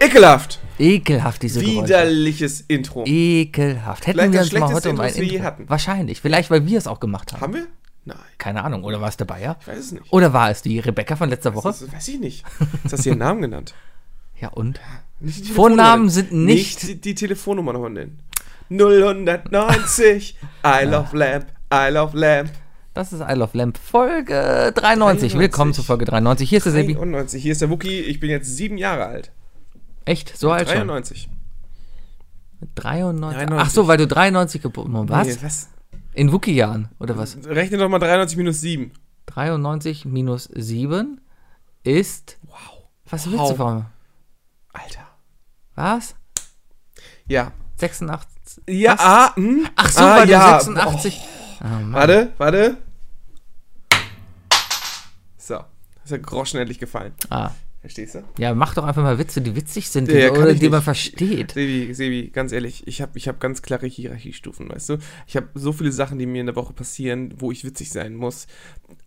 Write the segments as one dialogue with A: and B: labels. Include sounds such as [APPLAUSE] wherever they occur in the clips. A: Ekelhaft!
B: Ekelhaft, diese Geräusche.
A: Widerliches Intro.
B: Ekelhaft. Hätten
A: Vielleicht
B: wir
A: das
B: uns mal heute
A: schlechteste
B: um
A: Intro,
B: ein
A: das wir je
B: Intro.
A: hatten.
B: Wahrscheinlich. Vielleicht, weil wir es auch gemacht haben.
A: Haben wir? Nein,
B: Keine Ahnung. Oder war es der Bayer?
A: ich weiß es nicht.
B: Oder war es die Rebecca von letzter Woche?
A: Das weiß ich nicht. Jetzt hast du ihren Namen genannt.
B: Ja, und? [LAUGHS]
A: Nicht die
B: Vornamen
A: Telefonnummer
B: sind
A: nennen.
B: nicht-
A: die, die Telefonnummer nochmal nennen. 090 I love lamp, I love lamp.
B: Das ist I Love Lamp Folge 93. Willkommen
A: 93.
B: zur Folge 93. Hier ist der Sebi.
A: 91. Hier ist der Wookie. Ich bin jetzt sieben Jahre alt.
B: Echt? So alt schon?
A: 93.
B: 93.
A: 93.
B: Ach so, weil du 93 geboren warst.
A: Nee, Mhm. was?
B: In Wookie-Jahren, oder was?
A: Rechne doch mal 93 minus 7.
B: 93 minus 7 ist...
A: Wow.
B: Was willst du von mir?
A: Alter.
B: Was?
A: Ja.
B: 86...
A: Ja,
B: Was?
A: ah, hm?
B: Ach so,
A: ah,
B: weil
A: ja.
B: du Ähm, 86...
A: Oh, warte, warte. So. Ist der Groschen endlich gefallen.
B: Ah,
A: Verstehst du?
B: ja, mach doch einfach mal Witze, die witzig sind
A: Ja,
B: die,
A: ja, kann
B: oder
A: ich
B: die man
A: nicht.
B: versteht.
A: Sebi, Sebi, ganz ehrlich, ich habe ich hab ganz klare Hierarchiestufen, weißt du? Ich habe so viele Sachen, die mir in der Woche passieren, wo ich witzig sein muss.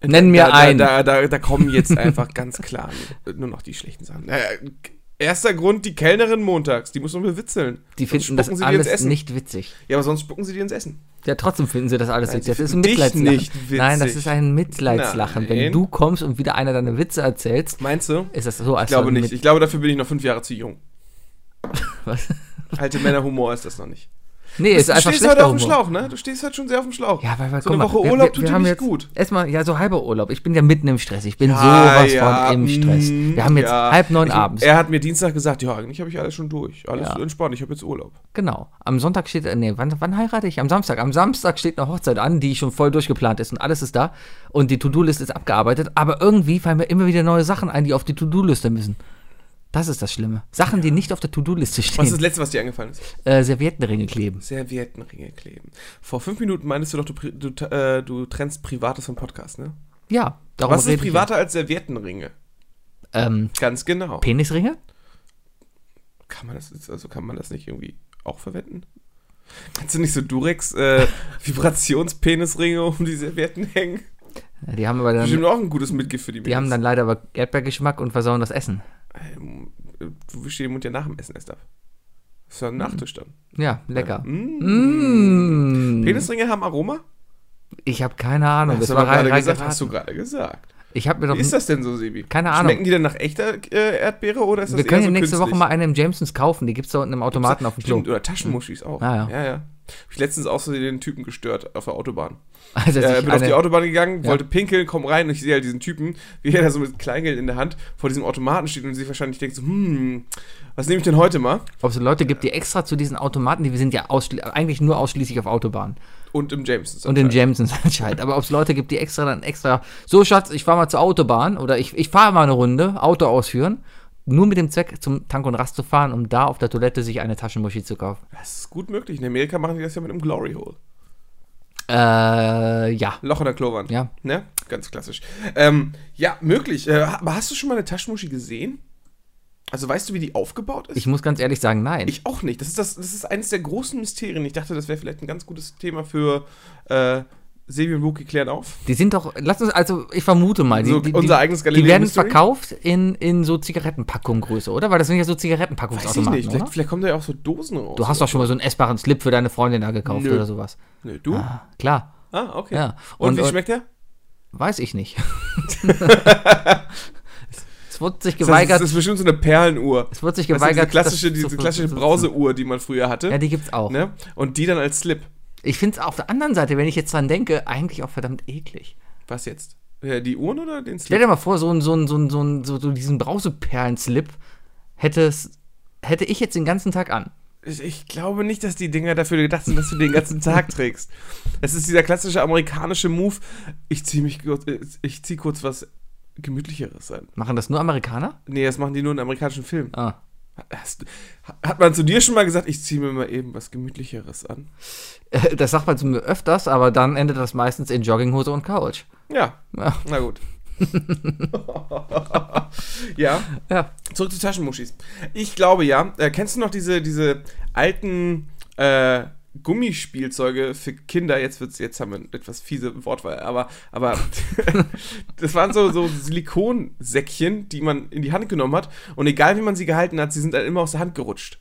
B: Nenn mir
A: da, da,
B: einen.
A: Da, da, da kommen jetzt einfach ganz klar [LAUGHS] nur noch die schlechten Sachen. Äh, erster Grund, die Kellnerin montags, die muss nur bewitzeln.
B: Die
A: Sonst
B: finden das
A: spucken sie dir ins
B: alles
A: Essen.
B: nicht witzig.
A: Ja, aber sonst spucken sie dir ins Essen.
B: Ja, trotzdem finden sie das alles
A: Nein,
B: witzig.
A: sie
B: Das ist ein
A: finden dich
B: Mitleidslachen.
A: nicht witzig.
B: Nein, das ist ein Mitleidslachen. Wenn
A: Nein.
B: du kommst und wieder einer deine Witze erzählst,
A: Meinst du?
B: ist das so, als
A: Ich glaube
B: wenn
A: nicht. Ich glaube, dafür bin ich noch fünf Jahre zu jung. [LAUGHS]
B: Was?
A: Alte Männerhumor ist das noch nicht.
B: Nee, ist
A: du
B: einfach
A: stehst heute
B: schlechter
A: halt auf dem
B: Humor.
A: Schlauch, ne? Du stehst heute schon sehr auf dem Schlauch.
B: Ja, weil, weil
A: so
B: guck
A: eine
B: mal,
A: Woche
B: wir-
A: Urlaub
B: wir,
A: tut
B: wir
A: dir
B: haben
A: nicht
B: jetzt
A: gut.
B: Erstmal, ja, so halber Urlaub. Ich bin ja mitten im Stress. Ich bin
A: Ah,
B: sowas
A: ja,
B: von im Stress.
A: mm,
B: Wir haben jetzt
A: ja.
B: halb neun
A: ich,
B: abends.
A: Er hat mir Dienstag gesagt, ja, eigentlich habe ich alles schon durch. Alles
B: Ja.
A: entspannt, ich habe jetzt Urlaub.
B: Genau. Am Sonntag steht, äh, nee, wann, wann heirate ich? Am Samstag. Am Samstag steht eine Hochzeit an, die schon voll durchgeplant ist und alles ist da. Und die To-Do-Liste ist abgearbeitet. Aber irgendwie fallen mir immer wieder neue Sachen ein, die auf die To-Do-Liste müssen. Das ist das Schlimme. Sachen, die nicht auf der To-Do-Liste
A: Was ist das
B: stehen.
A: Letzte, was dir eingefallen ist?
B: Äh, Serviettenringe kleben.
A: Serviettenringe kleben. Vor fünf Minuten meintest du doch, du, pri- du, t- äh, du trennst Privates vom Podcast, ne?
B: Ja, darum
A: Was ist
B: rede ich
A: privater als Serviettenringe?
B: jetzt. Ähm,
A: Ganz genau.
B: Penisringe?
A: Kann man das, also kann man das nicht irgendwie auch verwenden? Kannst du nicht so Durex
B: [LAUGHS]
A: äh, Vibrationspenisringe um die Servietten hängen?
B: Ja, Die haben aber
A: Bestimmt
B: dann,
A: auch ein gutes Mitgift für die
B: die haben dann leider aber Erdbeergeschmack und versauen das Essen.
A: Ähm, äh, Du wischst dir den Mund ja nach dem Essen erst ab. Das
B: Mhm.
A: ist ja ein Nachtisch dann.
B: Ja, lecker.
A: Mm.
B: Mm.
A: Penisringe haben Aroma?
B: Ich habe keine Ahnung.
A: hast,
B: Das
A: du aber
B: war rein,
A: gerade
B: rein
A: gesagt, hast du
B: geraten.
A: gerade gesagt.
B: Ich habe mir doch
A: Wie ist das denn so, Sebi?
B: Keine Ahnung.
A: Schmecken die denn nach echter äh, Erdbeere oder ist das
B: Wir können
A: eher
B: ja
A: so
B: nächste
A: künstlich?
B: Woche mal eine im Jamesons kaufen. Die gibt es da unten im Automaten auf dem Klo.
A: Stimmt, oder Taschenmuschis auch.
B: Ah, ja.
A: ja. ja. Hab ich letztens auch so den Typen gestört auf der Autobahn.
B: [LAUGHS] Also,
A: Äh,
B: ich
A: bin auf die
B: eine,
A: Autobahn gegangen,
B: Ja.
A: wollte pinkeln, komm rein und ich sehe halt diesen Typen, wie er da so mit Kleingeld in der Hand vor diesem Automaten steht und sich wahrscheinlich denkt so, hm, was nehme ich denn heute mal?
B: ob es Leute gibt, die extra zu diesen Automaten, die wir sind ja ausschli- eigentlich nur ausschließlich auf Autobahnen
A: Und im Jameson.
B: und in [LAUGHS] Jamesons anscheinend. halt. Aber ob es Leute gibt, die extra dann extra, so Schatz, ich fahre mal zur Autobahn oder ich, ich fahre mal eine Runde, Auto ausführen, nur mit dem Zweck, zum Tank und Rast zu fahren, um da auf der Toilette sich eine Taschenmuschi zu kaufen.
A: Das ist gut möglich. In Amerika machen die das ja mit einem Glory Hole.
B: Äh, ja.
A: Loch in der Klowand.
B: Ja.
A: Ne? Ganz klassisch. Ähm, ja, möglich. Äh, aber hast du schon mal eine Taschenmuschi gesehen? Also weißt du, wie die aufgebaut ist?
B: Ich muss ganz ehrlich sagen, nein.
A: Ich auch nicht. Das ist, das, das ist eines der großen Mysterien. Ich dachte, das wäre vielleicht ein ganz gutes Thema für äh, Sebi und Wookie klären auf.
B: Die sind doch, lass uns, also ich vermute mal, die,
A: So,
B: die,
A: unser
B: die,
A: eigenes Galileo
B: die werden
A: Mystery?
B: verkauft in, in so Zigarettenpackungen Größe, oder? Weil das sind ja so
A: Weiß ich nicht.
B: Zigarettenpackungsautomaten,
A: Vielleicht,
B: oder?
A: vielleicht kommen da ja auch so Dosen raus.
B: Du hast doch schon mal so einen essbaren Slip für deine Freundin da gekauft
A: Nö.
B: oder sowas.
A: Nö, du? Ah,
B: Ah, klar,
A: okay.
B: ja.
A: Und,
B: Und,
A: wie
B: und,
A: schmeckt der?
B: weiß
A: [LAUGHS]
B: ich nicht. es wurde sich geweigert,
A: Das ist bestimmt so eine Perlenuhr.
B: es wurde sich
A: Weißt du,
B: geweigert.
A: diese klassische,
B: das
A: diese
B: zu-
A: klassische
B: zu- zu-
A: Brauseuhr, die man früher hatte.
B: Ja, die gibt's auch.
A: ne? Und die dann als Slip.
B: Ich finde es auf der anderen Seite, wenn ich jetzt dran denke, eigentlich auch verdammt eklig.
A: Was jetzt? Äh, Die Uhren oder den Slip?
B: Stell dir mal vor, so, ein, so, ein, so, ein, so, ein, so, so diesen Brauseperlen-Slip hätte, es- hätte ich jetzt den ganzen Tag an.
A: ich, ich glaube nicht, dass die Dinger dafür gedacht sind, dass du den ganzen
B: [LAUGHS]
A: Tag trägst. Das ist dieser klassische amerikanische Move. Ich ziehe mich kurz, äh, ich zieh kurz was gemütlicheres an.
B: Machen das nur Amerikaner?
A: Nee, das machen die nur in amerikanischen Filmen.
B: Ah.
A: Hast, hat man zu dir schon mal gesagt, ich ziehe mir mal eben was gemütlicheres an?
B: Äh, [LAUGHS] Das sagt man zu mir öfters, aber dann endet das meistens in Jogginghose und Couch.
A: Ja,
B: Ja.
A: na gut. ja,
B: ja.
A: zurück zu Taschenmuschis. Ich glaube ja. Äh, kennst du noch diese, diese alten äh, Gummispielzeuge für Kinder? Jetzt wird's, jetzt haben wir eine etwas fiese Wortwahl, aber, aber [LAUGHS] das waren so, so Silikonsäckchen, die man in die Hand genommen hat. Und egal wie man sie gehalten hat, sie sind dann immer aus der Hand gerutscht.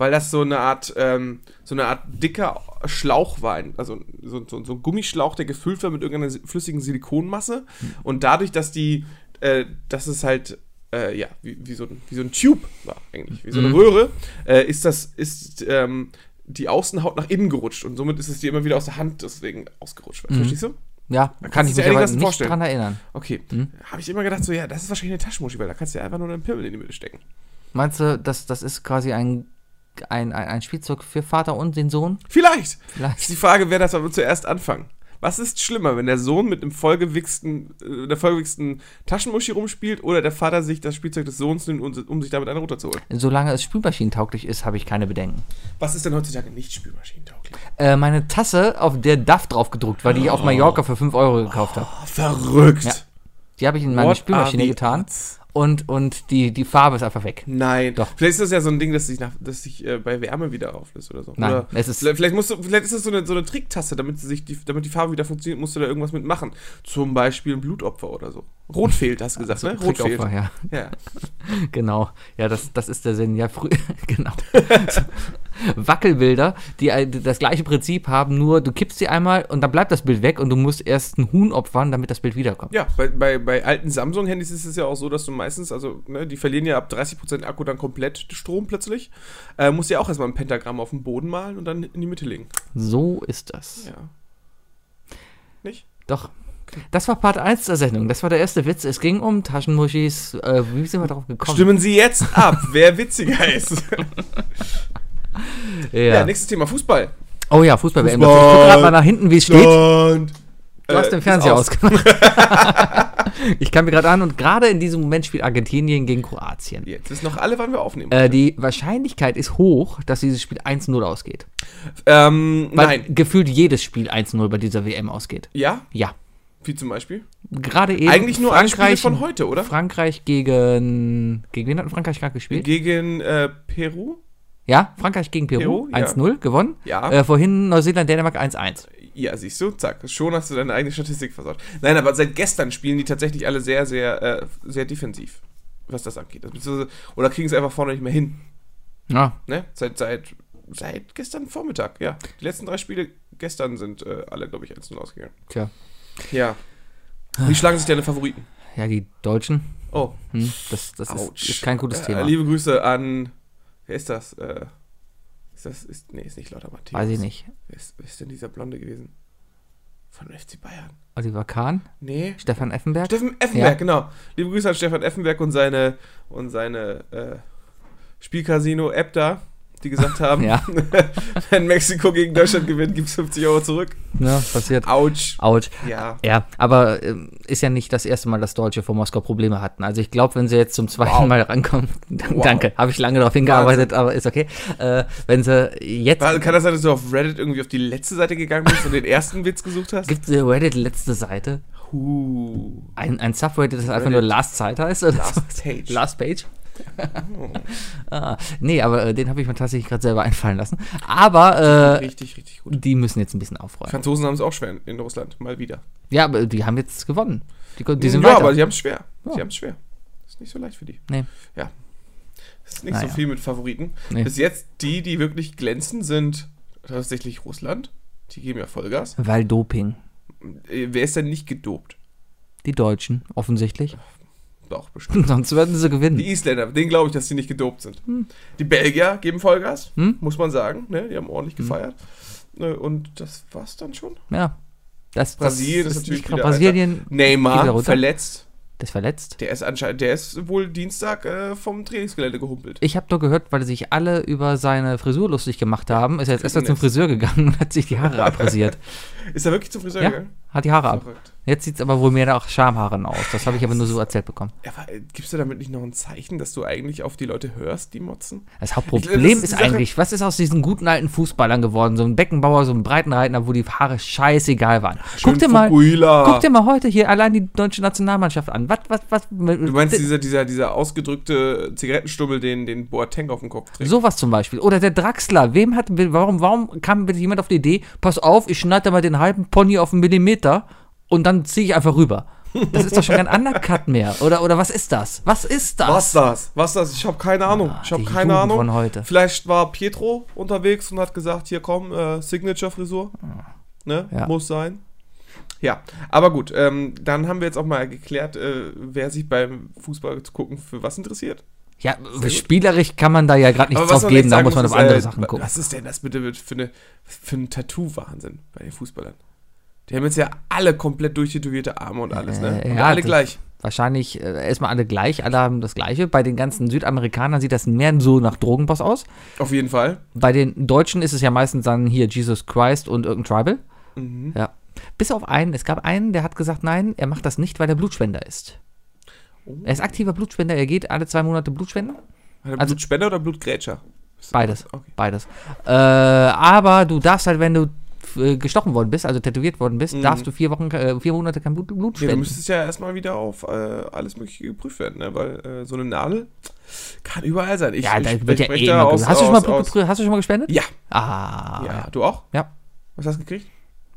A: Weil das so eine Art, ähm, so eine Art dicker Schlauch war, ein- also so, so, so ein Gummischlauch, der gefüllt war mit irgendeiner si- flüssigen Silikonmasse. Und dadurch, dass die, äh, dass es halt, äh, ja, wie, wie, so ein, wie so ein Tube war eigentlich, wie so eine
B: Mhm.
A: Röhre, äh, ist das, ist ähm, die Außenhaut nach innen gerutscht und somit ist es dir immer wieder aus der Hand deswegen ausgerutscht. Verstehst du?
B: Ja, kann
A: kannst
B: ich
A: du
B: mich
A: dir
B: aber
A: einiges
B: nicht
A: vorstellen.
B: dran erinnern.
A: Okay, habe ich immer gedacht, so, ja, das ist wahrscheinlich eine Taschenmuschi, weil da kannst du ja einfach nur einen Pimmel in die Mitte stecken.
B: Meinst du, das, das ist quasi ein, ein, ein, ein Spielzeug für Vater und den Sohn?
A: Vielleicht!
B: Vielleicht.
A: Ist die Frage, wer das aber zuerst anfangen. Was ist schlimmer, wenn der Sohn mit einem vollgewichsten, äh, der vollgewichsten Taschenmuschi rumspielt oder der Vater sich das Spielzeug des Sohns nimmt, um, um sich damit eine runterzuholen?
B: Solange es spülmaschinentauglich ist, habe ich keine Bedenken.
A: Was ist denn heutzutage nicht spülmaschinentauglich?
B: Äh, meine Tasse, auf der DAF drauf gedruckt war, die ich auf Mallorca für 5 Euro gekauft habe.
A: Oh, verrückt!
B: Ja. Die habe ich in meine
A: What
B: Spülmaschine
A: are the
B: getan
A: odds?
B: und, und die, die Farbe ist einfach weg.
A: Nein.
B: Doch.
A: Vielleicht ist das ja so ein Ding, das sich, nach, das sich äh, bei Wärme wieder auflöst oder so.
B: Nein,
A: oder
B: es ist-
A: vielleicht, vielleicht musst du, vielleicht ist das so eine, so eine Tricktaste, damit, sie sich die, damit die Farbe wieder funktioniert, musst du da irgendwas mitmachen. Zum Beispiel ein Blutopfer oder so. Rot fehlt, hast du gesagt, ne? Rot fehlt.
B: Also Trickopfer, ja.
A: Ja.
B: Genau, ja, das, das ist der Sinn. Ja, früh, [LAUGHS] genau. Wackelbilder, die ein- die das gleiche Prinzip haben, nur du kippst sie einmal und dann bleibt das Bild weg und du musst erst ein Huhn opfern, damit das Bild wiederkommt.
A: Ja, bei, bei, bei alten Samsung-Handys ist es ja auch so, dass du meistens, also ne, die verlieren ja ab 30% Akku dann komplett Strom plötzlich. Äh, musst ja auch erstmal ein Pentagramm auf den Boden malen und dann in die Mitte legen.
B: So ist das.
A: Ja. Nicht?
B: Doch. Das war Part 1 der Sendung. Das war der erste Witz. Es ging um Taschenmuschis. Äh, wie sind wir darauf gekommen?
A: Stimmen Sie jetzt
B: [LAUGHS]
A: ab, wer witziger ist.
B: Ja.
A: Ja, nächstes Thema: Fußball.
B: Oh ja, Fußball-WM.
A: Fußball.
B: Ich guck gerade mal nach hinten, wie es steht.
A: Und.
B: Du hast den
A: [LAUGHS]
B: Fernseher ausgemacht. ich kann mir gerade an und gerade in diesem Moment spielt Argentinien gegen Kroatien.
A: Jetzt wissen noch alle, wann wir aufnehmen.
B: Äh, die Wahrscheinlichkeit ist hoch, dass dieses Spiel 1-0 ausgeht.
A: ähm,
B: Weil
A: nein.
B: gefühlt jedes Spiel 1-0 bei dieser WM ausgeht.
A: Ja?
B: Ja.
A: Wie zum Beispiel?
B: Gerade eben.
A: Eigentlich nur ein Spiel von heute, oder?
B: Frankreich gegen. Gegen wen hat Frankreich gerade gespielt?
A: Gegen äh, Peru?
B: Ja, Frankreich gegen Peru,
A: Peru, ja.
B: 1-0 gewonnen.
A: Ja.
B: Äh, vorhin Neuseeland, Dänemark 1-1.
A: Ja, siehst du, zack, schon hast du deine eigene Statistik versaut. Nein, aber seit gestern spielen die tatsächlich alle sehr, sehr, äh, sehr defensiv, was das angeht. Also, beziehungsweise- oder kriegen es einfach vorne nicht mehr hin,
B: Ja.
A: ne? Seit, seit, seit gestern Vormittag, ja. Die letzten drei Spiele gestern sind äh, alle, glaube ich, 1-0 ausgegangen.
B: Tja.
A: Ja. Wie schlagen sich deine Favoriten?
B: Ja, die Deutschen.
A: Oh,
B: Hm, das das ist,
A: Autsch.
B: ist kein gutes Thema.
A: Äh, liebe Grüße an, wer ist das? Äh, ist das, ist, nee, ist nicht Lothar Matthäus.
B: Weiß ich nicht.
A: Wer ist, wer ist denn dieser Blonde gewesen? Von FC Bayern.
B: Oliver Kahn,
A: Nee,
B: Stefan Effenberg.
A: Steffen Effenberg,
B: Ja.
A: genau. Liebe Grüße an Stefan Effenberg und seine, und seine äh, Spielcasino-App da, die
B: [LAUGHS]
A: gesagt haben,
B: Ja.
A: [LAUGHS] wenn Mexiko gegen Deutschland gewinnt, gibt es 50 Euro zurück.
B: Ne, passiert.
A: Autsch.
B: Out.
A: Ja.
B: Ja, aber ähm, ist ja nicht das erste Mal, dass Deutsche vor Moskau Probleme hatten. Also ich glaube, wenn sie jetzt zum zweiten
A: Wow.
B: Mal rankommen, [LAUGHS]
A: Wow.
B: danke, habe ich lange darauf hingearbeitet, aber ist okay. Äh, wenn sie jetzt
A: War- Kann das sein, dass du auf Reddit irgendwie auf die letzte Seite gegangen bist und den ersten Witz gesucht hast?
B: gibt es Reddit letzte Seite,
A: Huh.
B: ein, ein Subreddit, das einfach nur Last Zeit heißt oder so.
A: Last Oh. Page.
B: [LAUGHS] Last Page. [LAUGHS] ah, nee, aber äh, den habe ich mir tatsächlich gerade selber einfallen lassen. Aber äh,
A: richtig, richtig gut.
B: die müssen jetzt ein bisschen aufräumen.
A: Franzosen haben es auch schwer in, in Russland, mal wieder.
B: Ja, aber die haben jetzt gewonnen. Die, die sind
A: ja,
B: weiter.
A: aber die haben es schwer.
B: Ja.
A: Die haben es schwer. Ist nicht so leicht für die.
B: Nee.
A: Ja. Ist nicht
B: Naja.
A: so viel mit Favoriten.
B: Nee.
A: Bis jetzt die, die wirklich glänzen, sind tatsächlich Russland. Die geben ja Vollgas.
B: Weil Doping.
A: Äh, Wer ist denn nicht gedopt?
B: Die Deutschen, offensichtlich. [LAUGHS]
A: Doch, bestimmt.
B: Sonst würden sie gewinnen.
A: Die Isländer, denen glaube ich, dass die nicht gedopt sind. Die Belgier geben Vollgas,
B: Hm.
A: muss man sagen. Ne? Die haben ordentlich gefeiert. Ne, Und das war's dann schon.
B: Ja. Das,
A: Brasilien
B: das
A: ist
B: ist nicht
A: natürlich
B: krass.
A: wieder,
B: Brasilien, geht wieder
A: Neymar
B: runter.
A: verletzt.
B: Der ist verletzt.
A: Der ist anscheinend, der ist wohl Dienstag äh, vom Trainingsgelände gehumpelt.
B: Ich habe nur gehört, weil sich alle über seine Frisur lustig gemacht haben, ist er jetzt erstmal zum Friseur gegangen und hat sich die
A: [LAUGHS]
B: Haare abrasiert.
A: Ist er wirklich zum Friseur
B: Ja,
A: gegangen?
B: hat die Haare ab.
A: Verrückt.
B: Jetzt sieht es aber wohl mehr nach Schamhaaren aus. Das habe ich aber nur so erzählt bekommen.
A: Aber äh, gibst du damit nicht noch ein Zeichen, dass du eigentlich auf die Leute hörst, die motzen?
B: Das
A: Das
B: Hauptproblem
A: ist die
B: ist
A: Sache-
B: eigentlich, was ist aus diesen guten alten Fußballern geworden? So ein Beckenbauer, so ein Breitenreiter, wo die Haare scheißegal waren. guck dir mal,
A: Fukuila.
B: guck dir mal heute hier allein die deutsche Nationalmannschaft an. Was, was, was?
A: Du meinst dieser, dieser, dieser ausgedrückte Zigarettenstummel, den, den Boateng auf dem Kopf trägt?
B: Sowas zum Beispiel. Oder der Draxler. Wem hat, warum, warum kam bitte jemand auf die Idee, pass auf, ich schneide da mal den halben Pony auf einen Millimeter und dann ziehe ich einfach rüber. Das ist doch
A: [LAUGHS]
B: schon kein Undercut mehr. Oder, oder was ist das? Was ist das? Ah,
A: Was das? Was das? Ich habe keine Ahnung. ich habe
B: die
A: keine
B: Jugend
A: Ahnung.
B: von heute.
A: Vielleicht war Pietro unterwegs und hat gesagt, hier komm, äh, Signature-Frisur. Ne?
B: Ah. Ja.
A: Muss sein. Ja, aber gut, ähm, dann haben wir jetzt auch mal geklärt, äh, wer sich beim Fußball zu gucken für was interessiert.
B: Ja, spielerisch kann man da ja gerade nichts
A: aber was
B: drauf
A: man
B: geben,
A: echt
B: da
A: sagen
B: muss man auf
A: ist,
B: andere
A: äh,
B: Sachen gucken.
A: Was ist denn das bitte mit für, eine, für ein Tattoo-Wahnsinn bei den Fußballern? Die haben jetzt ja alle komplett durchtätowierte Arme und alles, ne?
B: Äh,
A: Und
B: ja,
A: alle
B: das-
A: gleich.
B: Wahrscheinlich äh, erstmal alle gleich, alle haben das Gleiche. Bei den ganzen Südamerikanern sieht das mehr so nach Drogenboss aus.
A: Auf jeden Fall.
B: Bei den Deutschen ist es ja meistens dann hier Jesus Christ und irgendein Tribal.
A: Mhm.
B: Ja. Bis auf einen, es gab einen, der hat gesagt, nein, er macht das nicht, weil er Blutspender ist.
A: Oh.
B: Er ist aktiver Blutspender, er geht alle zwei Monate Blutspenden.
A: Hat er
B: Also-
A: Blutspender oder Blutgrätscher? Ist-
B: Beides.
A: Okay.
B: Beides. Äh, aber du darfst halt, wenn du äh, gestochen worden bist, also tätowiert worden bist,
A: Mhm.
B: darfst du vier Wochen, äh, vier Monate kein Blut, Blut
A: Ja, du
B: spenden.
A: müsstest ja erstmal wieder auf äh, alles Mögliche geprüft werden, ne? weil äh, so eine Nadel kann überall sein. Ich,
B: Ja,
A: ich,
B: da wird ja
A: spreche
B: eh
A: da
B: immer
A: aus-
B: aus, Hast du schon mal
A: aus-
B: Blut
A: aus-
B: geprüft? Hast du schon mal gespendet?
A: Ja.
B: Ah,
A: ja,
B: ja.
A: du auch?
B: Ja.
A: Was hast du gekriegt?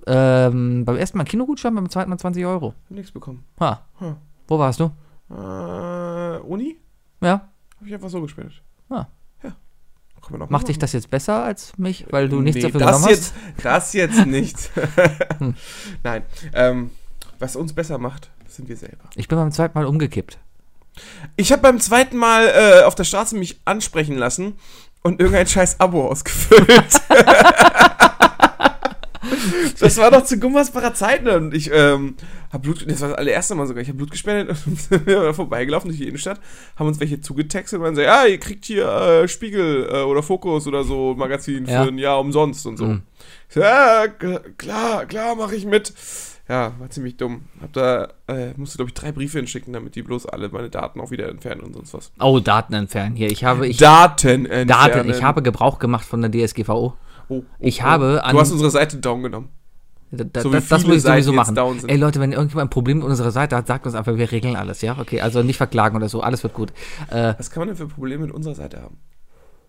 B: Ähm, beim ersten Mal Kinogutschein, beim zweiten Mal 20 Euro.
A: Hab nichts bekommen.
B: Ha.
A: Hm.
B: Wo warst du?
A: Äh, Uni?
B: Ja.
A: Habe ich einfach so gespendet.
B: Ah.
A: Ja. Kann man noch
B: Macht
A: machen.
B: dich das jetzt besser als mich, weil du nichts
A: Nee,
B: dafür
A: das
B: genommen
A: jetzt,
B: hast?
A: Das jetzt
B: [LAUGHS]
A: nicht. Hm. Nein. Ähm, was uns besser macht, sind wir selber.
B: Ich bin beim zweiten Mal umgekippt.
A: Ich habe beim zweiten Mal äh, auf der Straße mich ansprechen lassen und irgendein scheiß Abo ausgefüllt. [LAUGHS] das war noch zu Gummersbacher Zeiten und ich ähm, habe Blut, das war das allererste Mal sogar, ich habe Blut gespendet und [LAUGHS] sind wir da vorbeigelaufen durch die Innenstadt, haben uns welche zugetextet und meinen so, ja, ihr kriegt hier äh, Spiegel äh, oder Fokus oder so Magazin
B: Ja.
A: für ein Jahr umsonst und so.
B: Mhm.
A: Ich so, ja, kl- klar, klar, mache ich mit. Ja, war ziemlich dumm. Hab da, äh, musste, glaube ich, drei Briefe hinschicken, damit die bloß alle meine Daten auch wieder entfernen und sonst was.
B: Oh, Daten entfernen hier. Ich habe, ich,
A: Daten entfernen.
B: Daten, ich habe Gebrauch gemacht von der DSGVO.
A: Oh, oh,
B: ich habe an-
A: du hast unsere Seite down genommen.
B: Da, da,
A: So wie
B: das, das
A: viele
B: muss ich sowieso
A: Seiten jetzt
B: machen.
A: down sind.
B: Ey Leute, wenn irgendjemand ein Problem mit unserer Seite hat, sagt uns einfach, wir regeln alles, ja? Okay, also nicht verklagen oder so, alles wird gut. Äh,
A: Was kann man denn für Probleme mit unserer Seite haben?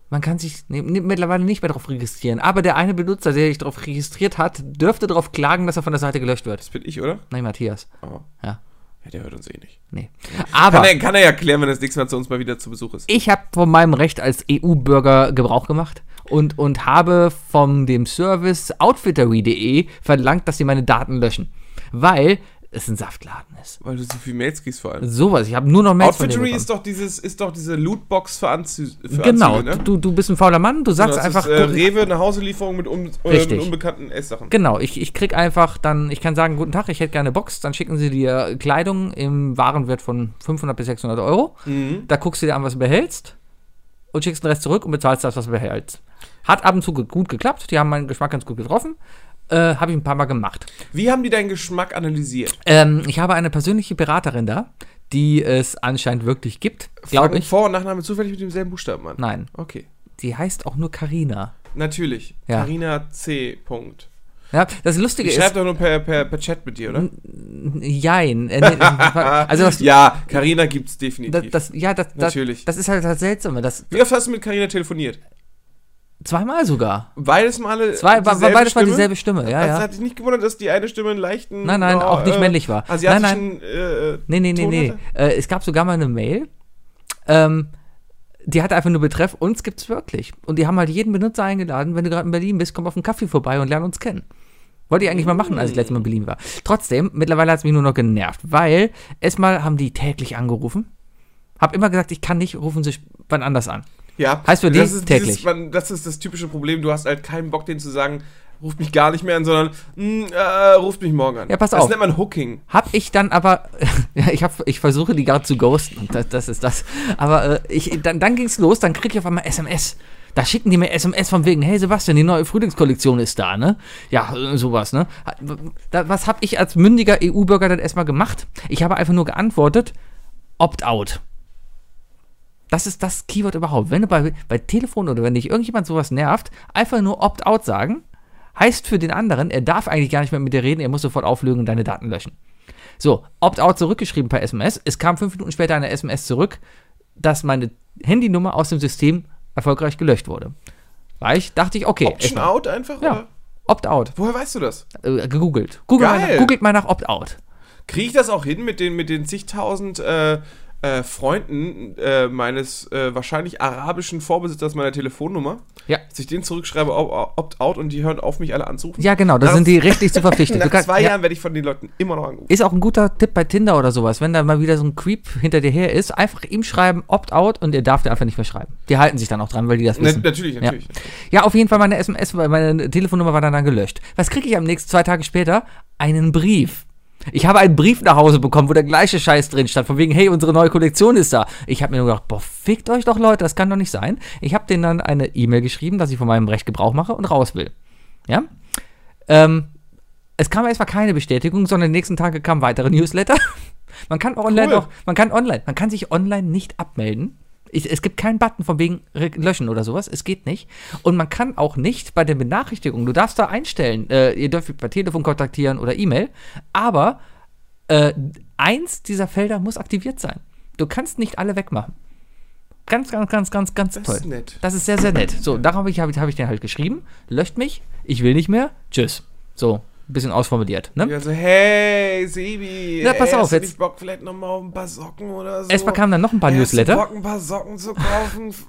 B: man kann sich ne, ne, mittlerweile nicht mehr darauf registrieren, aber der eine Benutzer, der sich darauf registriert hat, dürfte darauf klagen, dass er von der Seite gelöscht wird.
A: Das bin ich, oder?
B: Nein, Matthias.
A: Oh.
B: Ja.
A: Ja, der hört uns eh nicht.
B: Nee.
A: Kann
B: Aber
A: er, kann er ja klären, wenn das nächste Mal zu uns mal wieder zu Besuch ist.
B: ich habe von meinem Recht als EU-Bürger Gebrauch gemacht und, und habe von dem Service outfittery.de verlangt, dass sie meine Daten löschen. Weil es ein Saftladen ist.
A: Weil du so viel Mails kriegst vor allem.
B: Sowas, ich habe nur noch Mails von denen
A: Outfittery
B: bekommen.
A: ist doch, dieses, ist doch diese Lootbox für, Anzü für
B: Genau,
A: Anzüge, ne?
B: du, du bist ein fauler Mann, du sagst
A: das
B: einfach.
A: ist, äh,
B: guten-
A: Rewe, eine Hauselieferung mit, um, äh, mit
B: Richtig.
A: unbekannten Esssachen.
B: genau, ich, ich krieg einfach dann, ich kann sagen, guten Tag, ich hätte gerne eine Box, dann schicken sie dir Kleidung im Warenwert von 500 bis 600 Euro.
A: Mhm.
B: Da guckst du dir an, was du behältst und schickst den Rest zurück und bezahlst das, was du behältst. Hat ab und zu ge- gut geklappt, die haben meinen Geschmack ganz gut getroffen. Äh, habe ich ein paar Mal gemacht.
A: Wie haben die deinen Geschmack analysiert?
B: Ähm, ich habe eine persönliche Beraterin da, die es anscheinend wirklich gibt, glaube
A: Fangen
B: ich.
A: Vor- und Nachname zufällig mit demselben Buchstaben an.
B: Nein,
A: Okay.
B: die heißt auch nur Karina.
A: Natürlich.
B: Ja.
A: Carina C. Punkt.
B: Ja, das Lustige
A: Ich
B: ist.
A: schreibe doch nur per, per, per Chat mit dir, oder?
B: Jein. Äh, nee, [LAUGHS] Also das,
A: ja, Carina gibt's
B: das,
A: definitiv.
B: das ja, das, das,
A: Natürlich.
B: das ist halt das Seltsame. Das,
A: Wie oft hast du mit Carina telefoniert?
B: zweimal sogar.
A: Beides Mal alle
B: Zwei, war, war
A: dieselbe
B: beides war
A: Stimme?
B: dieselbe Stimme, ja,
A: also
B: ja.
A: hat dich nicht gewundert, dass die eine Stimme einen leichten.
B: Nein, nein,
A: oh,
B: auch nicht
A: äh,
B: männlich war. Nein, nein.
A: Asiatischen. Äh,
B: Nee, nee, nee,
A: Ton
B: nee.
A: hatte?
B: Äh, es gab sogar mal eine Mail. Ähm, die hatte einfach nur Betreff, uns gibt's wirklich. Und die haben halt jeden Benutzer eingeladen, wenn du gerade in Berlin bist, komm auf einen Kaffee vorbei und lern uns kennen. Wollte ich eigentlich mal machen, als ich letztes Mal in Berlin war. Trotzdem, mittlerweile hat's mich nur noch genervt, weil erstmal haben die täglich angerufen. Hab immer gesagt, ich kann nicht, rufen sie sp- wann anders an.
A: Ja.
B: Heißt für die
A: das ist
B: täglich.
A: Dieses, man, das ist das typische Problem. Du hast halt keinen Bock, denen zu sagen, ruft mich gar nicht mehr an, sondern mm, äh, ruft mich morgen an.
B: Ja, pass auf.
A: Das nennt man Hooking.
B: Hab ich dann aber, [LAUGHS] ja, ich, hab, ich versuche die gerade zu ghosten, und das, das ist das. Aber äh, ich, dann, dann ging's los, dann krieg ich auf einmal SMS. Da schicken die mir SMS von wegen, hey Sebastian, die neue Frühlingskollektion ist da, ne? Ja, äh, sowas, ne? Da, was hab ich als mündiger EU-Bürger dann erstmal gemacht? Ich habe einfach nur geantwortet, Opt-out. Das ist das Keyword überhaupt. Wenn du bei, bei Telefon oder wenn dich irgendjemand sowas nervt, einfach nur Opt-out sagen, heißt für den anderen, er darf eigentlich gar nicht mehr mit dir reden, er muss sofort auflögen und deine Daten löschen. So, Opt-out zurückgeschrieben per SMS. Es kam fünf Minuten später eine SMS zurück, dass meine Handynummer aus dem System erfolgreich gelöscht wurde. War ich, dachte ich, okay.
A: Option
B: erstmal-
A: out einfach?
B: Ja,
A: Oder?
B: Opt-out.
A: Woher weißt du das?
B: Äh, gegoogelt. Google mal,
A: Geil.
B: nach, googelt mal nach Opt-out.
A: Kriege ich das auch hin mit den, mit den zigtausend äh, äh, Freunden äh, meines äh, wahrscheinlich arabischen Vorbesitzers meiner Telefonnummer?
B: Ja.
A: Dass ich den zurückschreibe, ob- opt-out und die hören auf, mich alle anzurufen?
B: Ja, genau, da
A: Nach-
B: sind die rechtlich zu verpflichtet.
A: [LAUGHS]
B: Du
A: Nach
B: kannst-
A: zwei
B: ja.
A: Jahren werde ich von den Leuten immer noch angerufen.
B: Ist auch ein guter Tipp bei Tinder oder sowas, wenn da mal wieder so ein Creep hinter dir her ist, einfach ihm schreiben, opt-out und er darf dir einfach nicht mehr schreiben. Die halten sich dann auch dran, weil die das
A: Na,
B: wissen.
A: Ne, natürlich, natürlich.
B: Ja. ja, auf jeden Fall meine SMS, weil meine Telefonnummer war dann, dann gelöscht. Was kriege ich am nächsten zwei Tage später? Einen Brief. Ich habe einen Brief nach Hause bekommen, wo der gleiche Scheiß drin stand, von wegen, hey, unsere neue Kollektion ist da. Ich habe mir nur gedacht, boah, fickt euch doch Leute, das kann doch nicht sein. Ich habe denen dann eine E-Mail geschrieben, dass ich von meinem Recht Gebrauch mache und raus will. Ja? Ähm, es kam erstmal keine Bestätigung, sondern die nächsten Tage kamen weitere Newsletter. [LAUGHS] Man kann online
A: Cool.
B: noch, man kann online, man kann sich online nicht abmelden. Ich, es gibt keinen Button von wegen re- löschen oder sowas. Es geht nicht. Und man kann auch nicht bei den Benachrichtigungen, du darfst da einstellen, äh, ihr dürft per Telefon kontaktieren oder E-Mail, aber äh, eins dieser Felder muss aktiviert sein. Du kannst nicht alle wegmachen. Ganz, ganz, ganz, ganz, ganz
A: Das
B: toll.
A: ist nett.
B: Das ist sehr, sehr nett. So, darauf habe ich, habe ich- habe ich den halt geschrieben. Löscht mich, ich will nicht mehr. Tschüss. So, ein bisschen ausformuliert. Ne?
A: Ja, so, hey, Sebi.
B: Na, pass
A: ey,
B: auf,
A: hast du
B: jetzt-
A: nicht Bock vielleicht nochmal auf ein paar Socken oder so.
B: Erstmal kamen dann noch ein paar
A: Ey,
B: Newsletter.
A: Hast du Bock, ein paar Socken zu kaufen? F-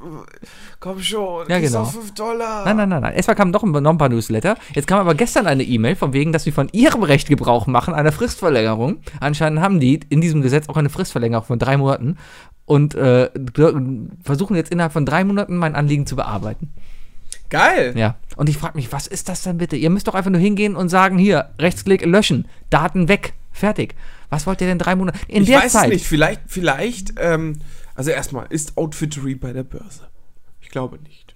A: Komm schon.
B: Ja,
A: kriegst
B: genau.
A: Doch 5 Dollar.
B: Nein, nein, nein, nein. Erstmal kamen doch noch ein paar Newsletter. Jetzt kam aber gestern eine E-Mail von wegen, dass sie von ihrem Recht Gebrauch machen, einer Fristverlängerung. Anscheinend haben die in diesem Gesetz auch eine Fristverlängerung von drei Monaten und äh, d- versuchen jetzt innerhalb von drei Monaten mein Anliegen zu bearbeiten.
A: Geil.
B: Ja. Und ich frage mich, was ist das denn bitte? Ihr müsst doch einfach nur hingehen und sagen, hier, Rechtsklick löschen, Daten weg, fertig. Was wollt ihr denn drei Monate? In
A: ich
B: der
A: weiß
B: Zeit.
A: es nicht. Vielleicht, vielleicht, ähm, also erstmal, ist Outfittery bei der Börse? Ich glaube nicht.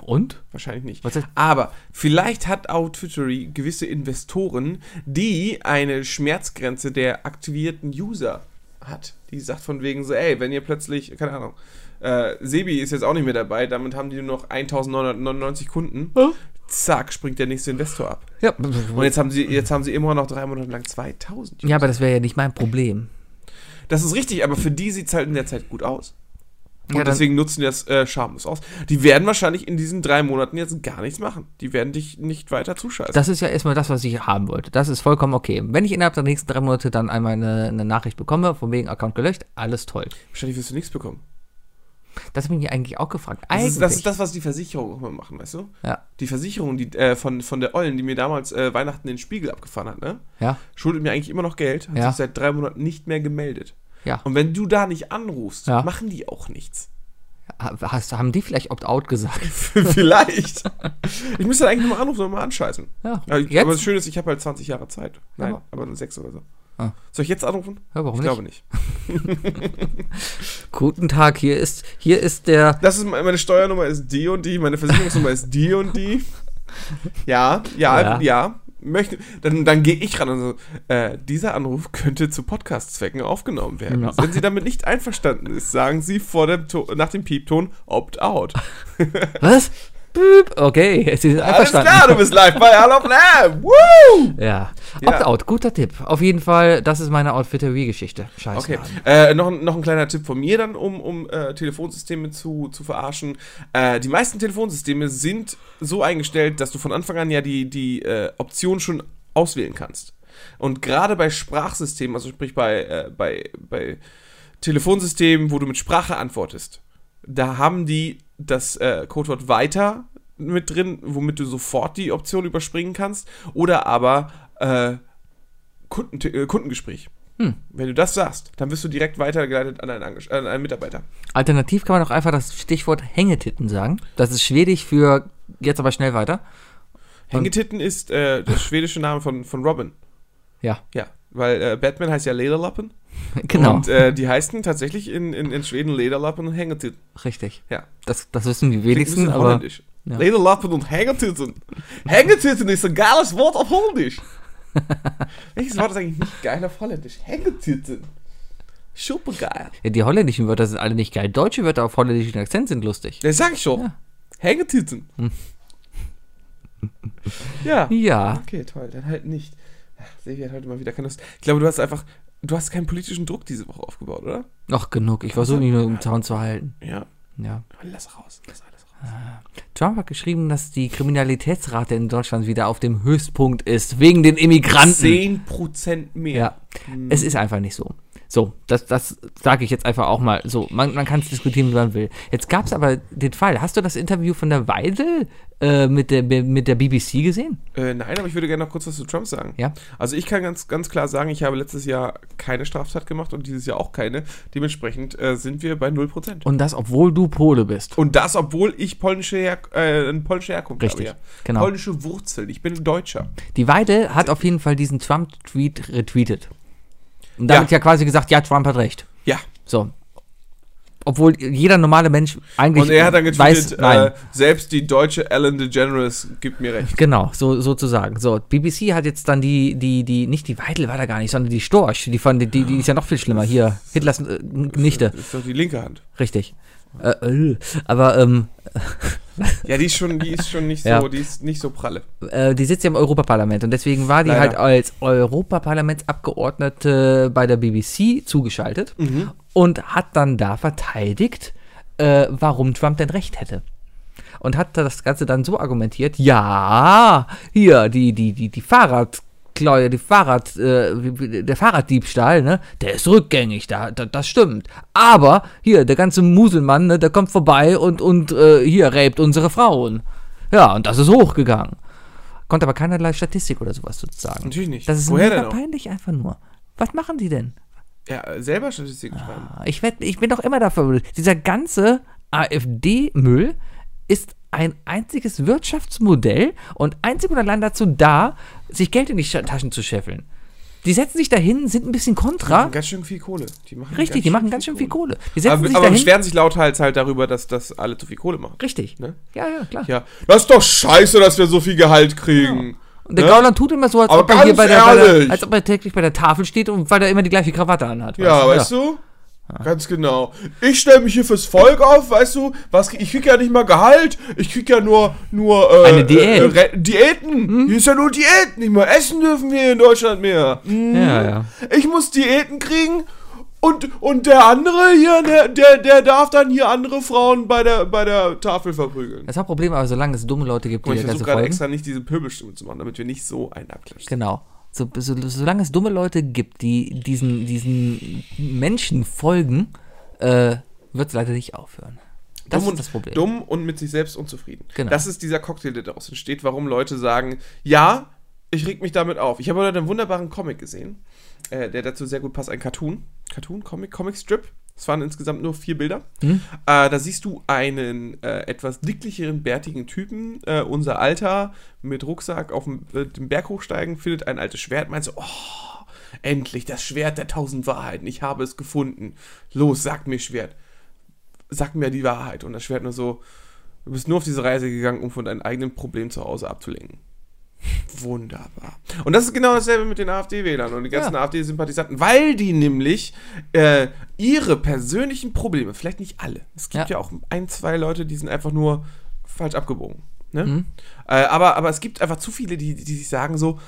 B: Und?
A: Wahrscheinlich nicht.
B: Was ist-
A: Aber vielleicht hat Outfittery gewisse Investoren, die eine Schmerzgrenze der aktivierten User hat. Die sagt von wegen so, ey, wenn ihr plötzlich, keine Ahnung, äh, Sebi ist jetzt auch nicht mehr dabei, damit haben die nur noch 1999 Kunden.
B: Ja.
A: Zack, springt der nächste Investor ab.
B: Ja,
A: Und jetzt haben sie, jetzt haben sie immer noch drei Monate lang 2000.
B: ja aber das wäre ja nicht mein Problem.
A: Das ist richtig, aber für die sieht es halt in der Zeit gut aus. Und
B: Ja, dann-
A: deswegen nutzen die das äh, schamlos aus. Die werden wahrscheinlich in diesen drei Monaten jetzt gar nichts machen. Die werden dich nicht weiter zuschalten.
B: Das ist ja erstmal das, was ich haben wollte. Das ist vollkommen okay. Wenn ich innerhalb der nächsten drei Monate dann einmal eine, eine Nachricht bekomme, von wegen Account gelöscht, alles toll.
A: wahrscheinlich wirst du nichts bekommen.
B: Das habe ich mir eigentlich auch gefragt.
A: Das
B: Eigentlich.
A: ist, das ist das, was die Versicherungen auch immer machen, weißt du?
B: ja,
A: Die Versicherung die, äh, von, von der Ollen, die mir damals äh, Weihnachten den Spiegel abgefahren hat, ne?
B: ja,
A: schuldet mir eigentlich immer noch Geld, hat
B: Ja.
A: sich seit drei Monaten nicht mehr gemeldet.
B: ja.
A: Und wenn du da nicht anrufst,
B: Ja.
A: machen die auch nichts. [LAUGHS]
B: Ha- Hast, haben die vielleicht Opt-out gesagt?
A: Vielleicht. ich müsste halt eigentlich nur mal anrufen und mal anscheißen.
B: Ja,
A: Ja, ich,
B: jetzt?
A: aber das Schöne ist, ich habe halt 20 Jahre Zeit. Nein,
B: Aber-
A: aber, nur 6 oder so.
B: Ah.
A: Soll ich jetzt anrufen?
B: Ja, warum
A: ich
B: nicht?
A: glaube nicht.
B: Guten Tag, hier ist, hier ist der.
A: Das ist me- meine Steuernummer ist die und die, meine Versicherungsnummer ist die und die. Ja, ja,
B: Ja.
A: ja. Möchte, dann dann gehe ich ran und so, äh, dieser Anruf könnte zu Podcast-Zwecken aufgenommen werden.
B: Ja.
A: Wenn Sie damit nicht einverstanden ist, sagen Sie vor dem To- nach dem Piepton Opt-out.
B: Was? Büb. Okay, [LAUGHS] sie sind
A: Alles
B: einverstanden.
A: klar, du bist live bei All of Lamb. Woo!
B: Ja.
A: Ja.
B: Opt-out, guter Tipp. Auf jeden Fall, das ist meine Outfitterie-Geschichte. Scheiße.
A: Okay, äh, noch, ein- noch ein kleiner Tipp von mir dann, um, um äh, Telefonsysteme zu, zu verarschen. Äh, die meisten Telefonsysteme sind so eingestellt, dass du von Anfang an ja die, die äh, Option schon auswählen kannst. Und gerade bei Sprachsystemen, also sprich bei, äh, bei, bei Telefonsystemen, wo du mit Sprache antwortest, da haben die das äh, Codewort weiter mit drin, womit du sofort die Option überspringen kannst. Oder aber äh, Kunden, äh, Kundengespräch. Wenn du das sagst, dann wirst du direkt weitergeleitet an einen, Angesch- an einen Mitarbeiter.
B: Alternativ kann man auch einfach das Stichwort Hängetitten sagen. Das ist schwedisch für jetzt aber schnell weiter.
A: Hängetitten ist äh, der schwedische Name von, von Robin.
B: Ja, [LAUGHS]
A: Ja, weil äh, Batman heißt ja Lederlappen.
B: genau.
A: Und äh, die heißen tatsächlich in, in, in Schweden Lederlappen und Hängetitten.
B: Richtig.
A: Ja.
B: Das, das wissen die
A: Klingt ein
B: wenigsten,
A: bisschen
B: aber
A: holländisch.
B: ja.
A: Lederlappen und Hängetitten. Hängetitten ist ein geiles Wort auf
B: [LAUGHS]
A: Holländisch. Welches Wort ist eigentlich nicht geil auf Holländisch? Hängetitten. Super geil.
B: ja, die holländischen Wörter sind alle nicht geil. Deutsche Wörter auf holländischen Akzent sind lustig.
A: Das sag ich schon.
B: Ja. Hm.
A: Hängetitten. Ja.
B: Ja,
A: Okay, toll, dann halt nicht. Ach, Sevi hat heute mal wieder keine Lust. Ich glaube, du hast einfach, du hast keinen politischen Druck diese Woche aufgebaut, oder?
B: noch genug. Ich versuche ihn nur im Zaun zu halten.
A: Ja.
B: Ja.
A: Lass raus, lass alles raus.
B: Trump hat geschrieben, dass die Kriminalitätsrate in Deutschland wieder auf dem Höchstpunkt ist, wegen den Immigranten.
A: 10% mehr.
B: Ja, es ist einfach nicht so. So, das, das sage ich jetzt einfach auch mal so. Man, man kann es diskutieren, wie man will. Jetzt gab es aber den Fall. Hast du das Interview von der Weidel äh, mit, der, mit der BBC gesehen?
A: Äh, nein, aber ich würde gerne noch kurz was zu Trump sagen.
B: Ja.
A: Also ich kann ganz, ganz klar sagen, ich habe letztes Jahr keine Straftat gemacht und dieses Jahr auch keine. Dementsprechend äh, sind wir bei 0%.
B: Und das, obwohl du Pole bist.
A: Und das, obwohl ich polnische, Her äh, eine polnische Herkunft
B: Richtig,
A: habe. ja.
B: genau.
A: Polnische Wurzeln. Ich bin Deutscher.
B: Die Weidel hat auf jeden Fall diesen Trump-Tweet retweetet. Und damit ja.
A: Ja.
B: quasi gesagt, ja, Trump hat recht.
A: Ja.
B: So. Obwohl jeder normale Mensch eigentlich
A: Und er hat dann getweetet,
B: weiß, nein.
A: äh, selbst die deutsche Ellen DeGeneres gibt mir recht.
B: Genau, so sozusagen. So, BBC hat jetzt dann die, die, die, nicht die Weidel war da gar nicht, sondern die Storch, die fand, die, die ist ja noch viel schlimmer. Hier, Hitlers äh, Nichte,
A: Das ist doch die linke Hand.
B: richtig. Äh, äh, aber ähm,
A: Ja, die ist schon, die ist schon nicht so,
B: [LAUGHS] Ja.
A: die ist nicht so pralle.
B: äh, die sitzt ja im Europaparlament und deswegen war die
A: Leider.
B: halt als Europaparlamentsabgeordnete bei der BBC zugeschaltet und hat dann da verteidigt, äh, warum Trump denn recht hätte. Und hat das Ganze dann so argumentiert, ja, hier, die, die, die, die Fahrrad. Claudia, die Fahrrad, äh, wie- wie- der Fahrraddiebstahl, ne, der ist rückgängig, da, da, das stimmt. Aber hier, der ganze Muselmann, ne, der kommt vorbei und, und äh, hier raped unsere Frauen. Ja, und das ist hochgegangen. Konnte aber keinerlei Statistik oder sowas sozusagen.
A: Natürlich nicht.
B: Das ist
A: Woher
B: mega
A: denn auch?
B: peinlich einfach nur. Was machen die denn?
A: Ja, äh, selber Statistiken
B: Ah.
A: schreiben.
B: Ich, werd, ich bin doch immer dafür. Dieser ganze AfD-Müll ist ein einziges Wirtschaftsmodell und einzig und allein dazu da, sich Geld in die Scha- Taschen zu scheffeln. Die setzen sich dahin, sind ein bisschen kontra.
A: Machen Ganz schön viel Kohle. Die machen
B: Richtig, die machen ganz schön viel Kohle. Die setzen
A: Aber,
B: sich
A: aber
B: dahin.
A: beschweren sich lauthals halt darüber, dass, dass alle zu viel Kohle machen.
B: Richtig.
A: Ne?
B: Ja, ja, klar.
A: Ja, das ist doch scheiße, dass wir so viel Gehalt kriegen.
B: Und der
A: ne?
B: Gauland tut immer so, als
A: Aber
B: ob, er hier
A: ganz
B: bei der, bei der,
A: ehrlich.
B: als ob er täglich bei der Tafel steht und weil er immer die gleiche Krawatte anhat.
A: Ja, weißt du? Ganz genau. Ich stelle mich hier fürs Volk auf, weißt du? Was, ich krieg ja nicht mal Gehalt, ich krieg ja nur, nur äh,
B: Eine Diät. Hm?
A: äh, Re- Diäten. Hier ist ja nur Diät. Nicht mal essen dürfen wir hier in Deutschland mehr. Hm?
B: Ja, ja.
A: Ich muss Diäten kriegen und, und der andere hier, der, der, der darf dann hier andere Frauen bei der, bei der Tafel verprügeln.
B: Das Hauptproblem, aber solange es dumme Leute gibt, die
A: Ich
B: das
A: versuche
B: Ganze
A: gerade
B: folgen.
A: extra nicht diese Pöbelstimme zu machen, damit wir nicht so einen abklatschen.
B: Genau. So, so, solange es dumme Leute gibt, die diesen, diesen Menschen folgen, äh, wird es leider nicht aufhören. Das
A: dumm
B: ist das
A: und,
B: Problem.
A: Dumm und mit sich selbst unzufrieden.
B: Genau.
A: Das ist dieser Cocktail, der daraus entsteht, warum Leute sagen, ja, ich reg mich damit auf. Ich habe heute einen wunderbaren Comic gesehen, äh, der dazu sehr gut passt. Ein Cartoon. Cartoon, Comic, Comic-Strip. Es waren insgesamt nur vier Bilder.
B: Hm?
A: Äh, da siehst du einen äh, etwas dicklicheren, bärtigen Typen, äh, unser Alter, mit Rucksack auf dem, äh, den Berg hochsteigen, findet ein altes Schwert, meint so, oh, endlich, das Schwert der tausend Wahrheiten, ich habe es gefunden. Los, sag mir Schwert sag mir die Wahrheit. Und das Schwert nur so, du bist nur auf diese Reise gegangen, um von deinen eigenen Problemen zu Hause abzulenken. [LAUGHS] Wunderbar. Und das ist genau dasselbe mit den AfD-Wählern und den ganzen
B: Ja.
A: AfD-Sympathisanten, weil die nämlich äh, ihre persönlichen Probleme, vielleicht nicht alle, es gibt
B: Ja.
A: ja, auch ein, zwei Leute, die sind einfach nur falsch abgebogen. Ne? Äh, aber, aber es gibt einfach zu viele, die, die sich sagen so,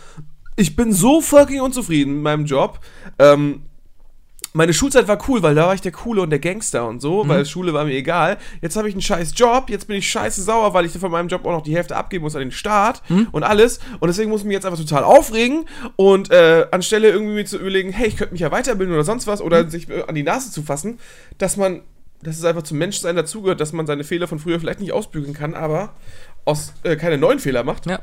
A: ich bin so fucking unzufrieden mit meinem Job. Ähm, meine Schulzeit war cool, weil da war ich der Coole und der Gangster und so, weil Schule war mir egal. Jetzt habe ich einen scheiß Job, jetzt bin ich scheiße sauer, weil ich von meinem Job auch noch die Hälfte abgeben muss an den Staat und alles. Und deswegen muss ich mich jetzt einfach total aufregen und äh, anstelle irgendwie mir zu überlegen, hey, ich könnte mich ja weiterbilden oder sonst was oder sich äh, an die Nase zu fassen, dass man, dass es einfach zum Menschsein dazugehört, dass man seine Fehler von früher vielleicht nicht ausbügeln kann, aber aus, äh, keine neuen Fehler macht
B: Ja.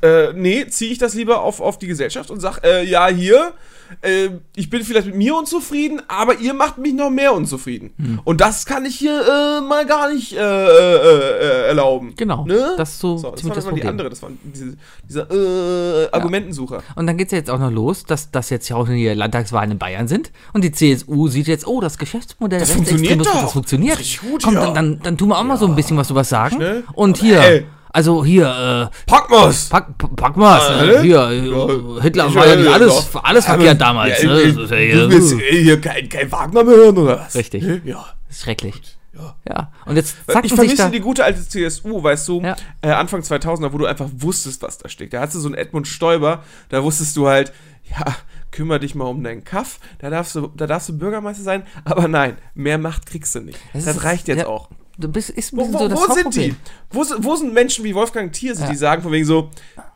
A: äh, nee, ziehe ich das lieber auf, auf die Gesellschaft und sag, äh, ja, hier, äh, ich bin vielleicht mit mir unzufrieden, aber ihr macht mich noch mehr unzufrieden.
B: Hm.
A: Und das kann ich hier äh, mal gar nicht äh, äh, äh, erlauben.
B: Genau.
A: Ne?
B: Das ist so,
A: so das war
B: ziemlich das
A: immer die
B: Problem.
A: andere, das war diese, dieser äh, Argumentensucher.
B: Und dann geht es ja jetzt auch noch los, dass, dass jetzt ja auch die Landtagswahlen in Bayern sind. Und die CSU sieht jetzt, oh, das Geschäftsmodell
A: Das
B: Rechtsextremismus,
A: funktioniert doch.
B: das funktioniert.
A: Das ist gut,
B: Komm,
A: ja.
B: dann, dann, dann tun wir auch mal so ein bisschen was drüber sagen.
A: Schnell.
B: Und
A: Aber
B: hier,
A: ey.
B: also hier, äh,
A: Packmas!
B: pack, pack- pack mal's.
A: Äh,
B: Äh, hier, äh,
A: ja.
B: Hitler
A: Ich
B: war ja nicht
A: weiß
B: alles,
A: doch.
B: alles
A: Aber-
B: verkehrt damals.
A: Ja,
B: ne?
A: ich-
B: Das ist ja
A: ich
B: hier,
A: will jetzt, äh, hier kein, kein Wagner mehr hören, oder was?
B: Richtig.
A: Ja.
B: Das ist schrecklich.
A: Ja. Äh,
B: Ja, und jetzt zacken
A: ich
B: sich da...
A: vermisse die gute alte CSU, weißt du,
B: Ja.
A: äh, Anfang 2000er, wo du einfach wusstest, was da steckt. Da hattest du so einen Edmund Stoiber, da wusstest du halt, ja, kümmere dich mal um deinen Kaff, da darfst du, da darfst du Bürgermeister sein, aber nein, mehr Macht kriegst du nicht. Das,
B: ist-
A: reicht jetzt
B: ja,
A: auch.
B: Du bist, ist ein
A: Wo,
B: bisschen
A: wo,
B: so das
A: wo sind
B: Hauptproblem.
A: die? Wo, si- wo sind Menschen wie Wolfgang Thierse, die sagen von wegen so,